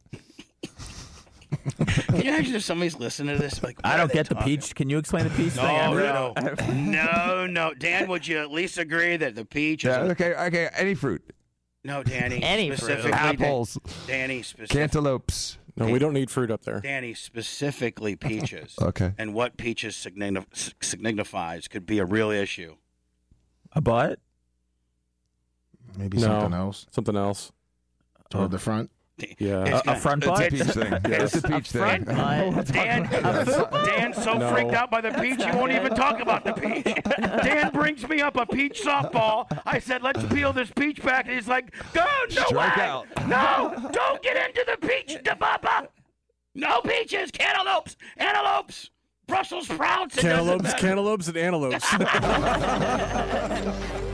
Speaker 2: Can you imagine if somebody's listening to this? Like,
Speaker 7: I
Speaker 2: what are
Speaker 7: don't
Speaker 2: they
Speaker 7: get the
Speaker 2: talking
Speaker 7: peach. Can you explain the peach thing? I
Speaker 2: No,
Speaker 7: really-
Speaker 2: no, no, no. Dan, would you at least agree that the peach is
Speaker 6: Yeah,
Speaker 2: a-
Speaker 6: okay, okay. Any fruit.
Speaker 2: no, Danny?
Speaker 3: Any fruit.
Speaker 2: specifically,
Speaker 6: Apples,
Speaker 2: Danny, specific,
Speaker 6: cantaloupes.
Speaker 4: No, we don't need fruit up there.
Speaker 2: Danny, specifically peaches,
Speaker 7: Uh,
Speaker 6: Okay.
Speaker 2: and what peaches signi- s- signifies could be a real issue.
Speaker 7: A butt?
Speaker 5: Maybe
Speaker 4: No.
Speaker 5: something else
Speaker 4: Something else.
Speaker 5: toward the front.
Speaker 4: Yeah.
Speaker 2: It's
Speaker 7: uh, A, a
Speaker 2: not-
Speaker 7: front
Speaker 2: it's-
Speaker 7: butt?
Speaker 6: Peach thing. It's a peach thing.
Speaker 2: Dan, Dan's so
Speaker 4: No.
Speaker 2: freaked out by the peach, he won't even talk about the peach. Dan brings me up a peach softball. I said, let's peel this peach back. And he's like, go, no
Speaker 6: Strike
Speaker 2: way.
Speaker 6: out.
Speaker 2: No, don't get into the peach, da baba. No peaches, cantaloupes, antelopes, Brussels sprouts. it doesn't
Speaker 4: Cantaloupes,
Speaker 2: matter."
Speaker 4: cantaloupes, and antelopes.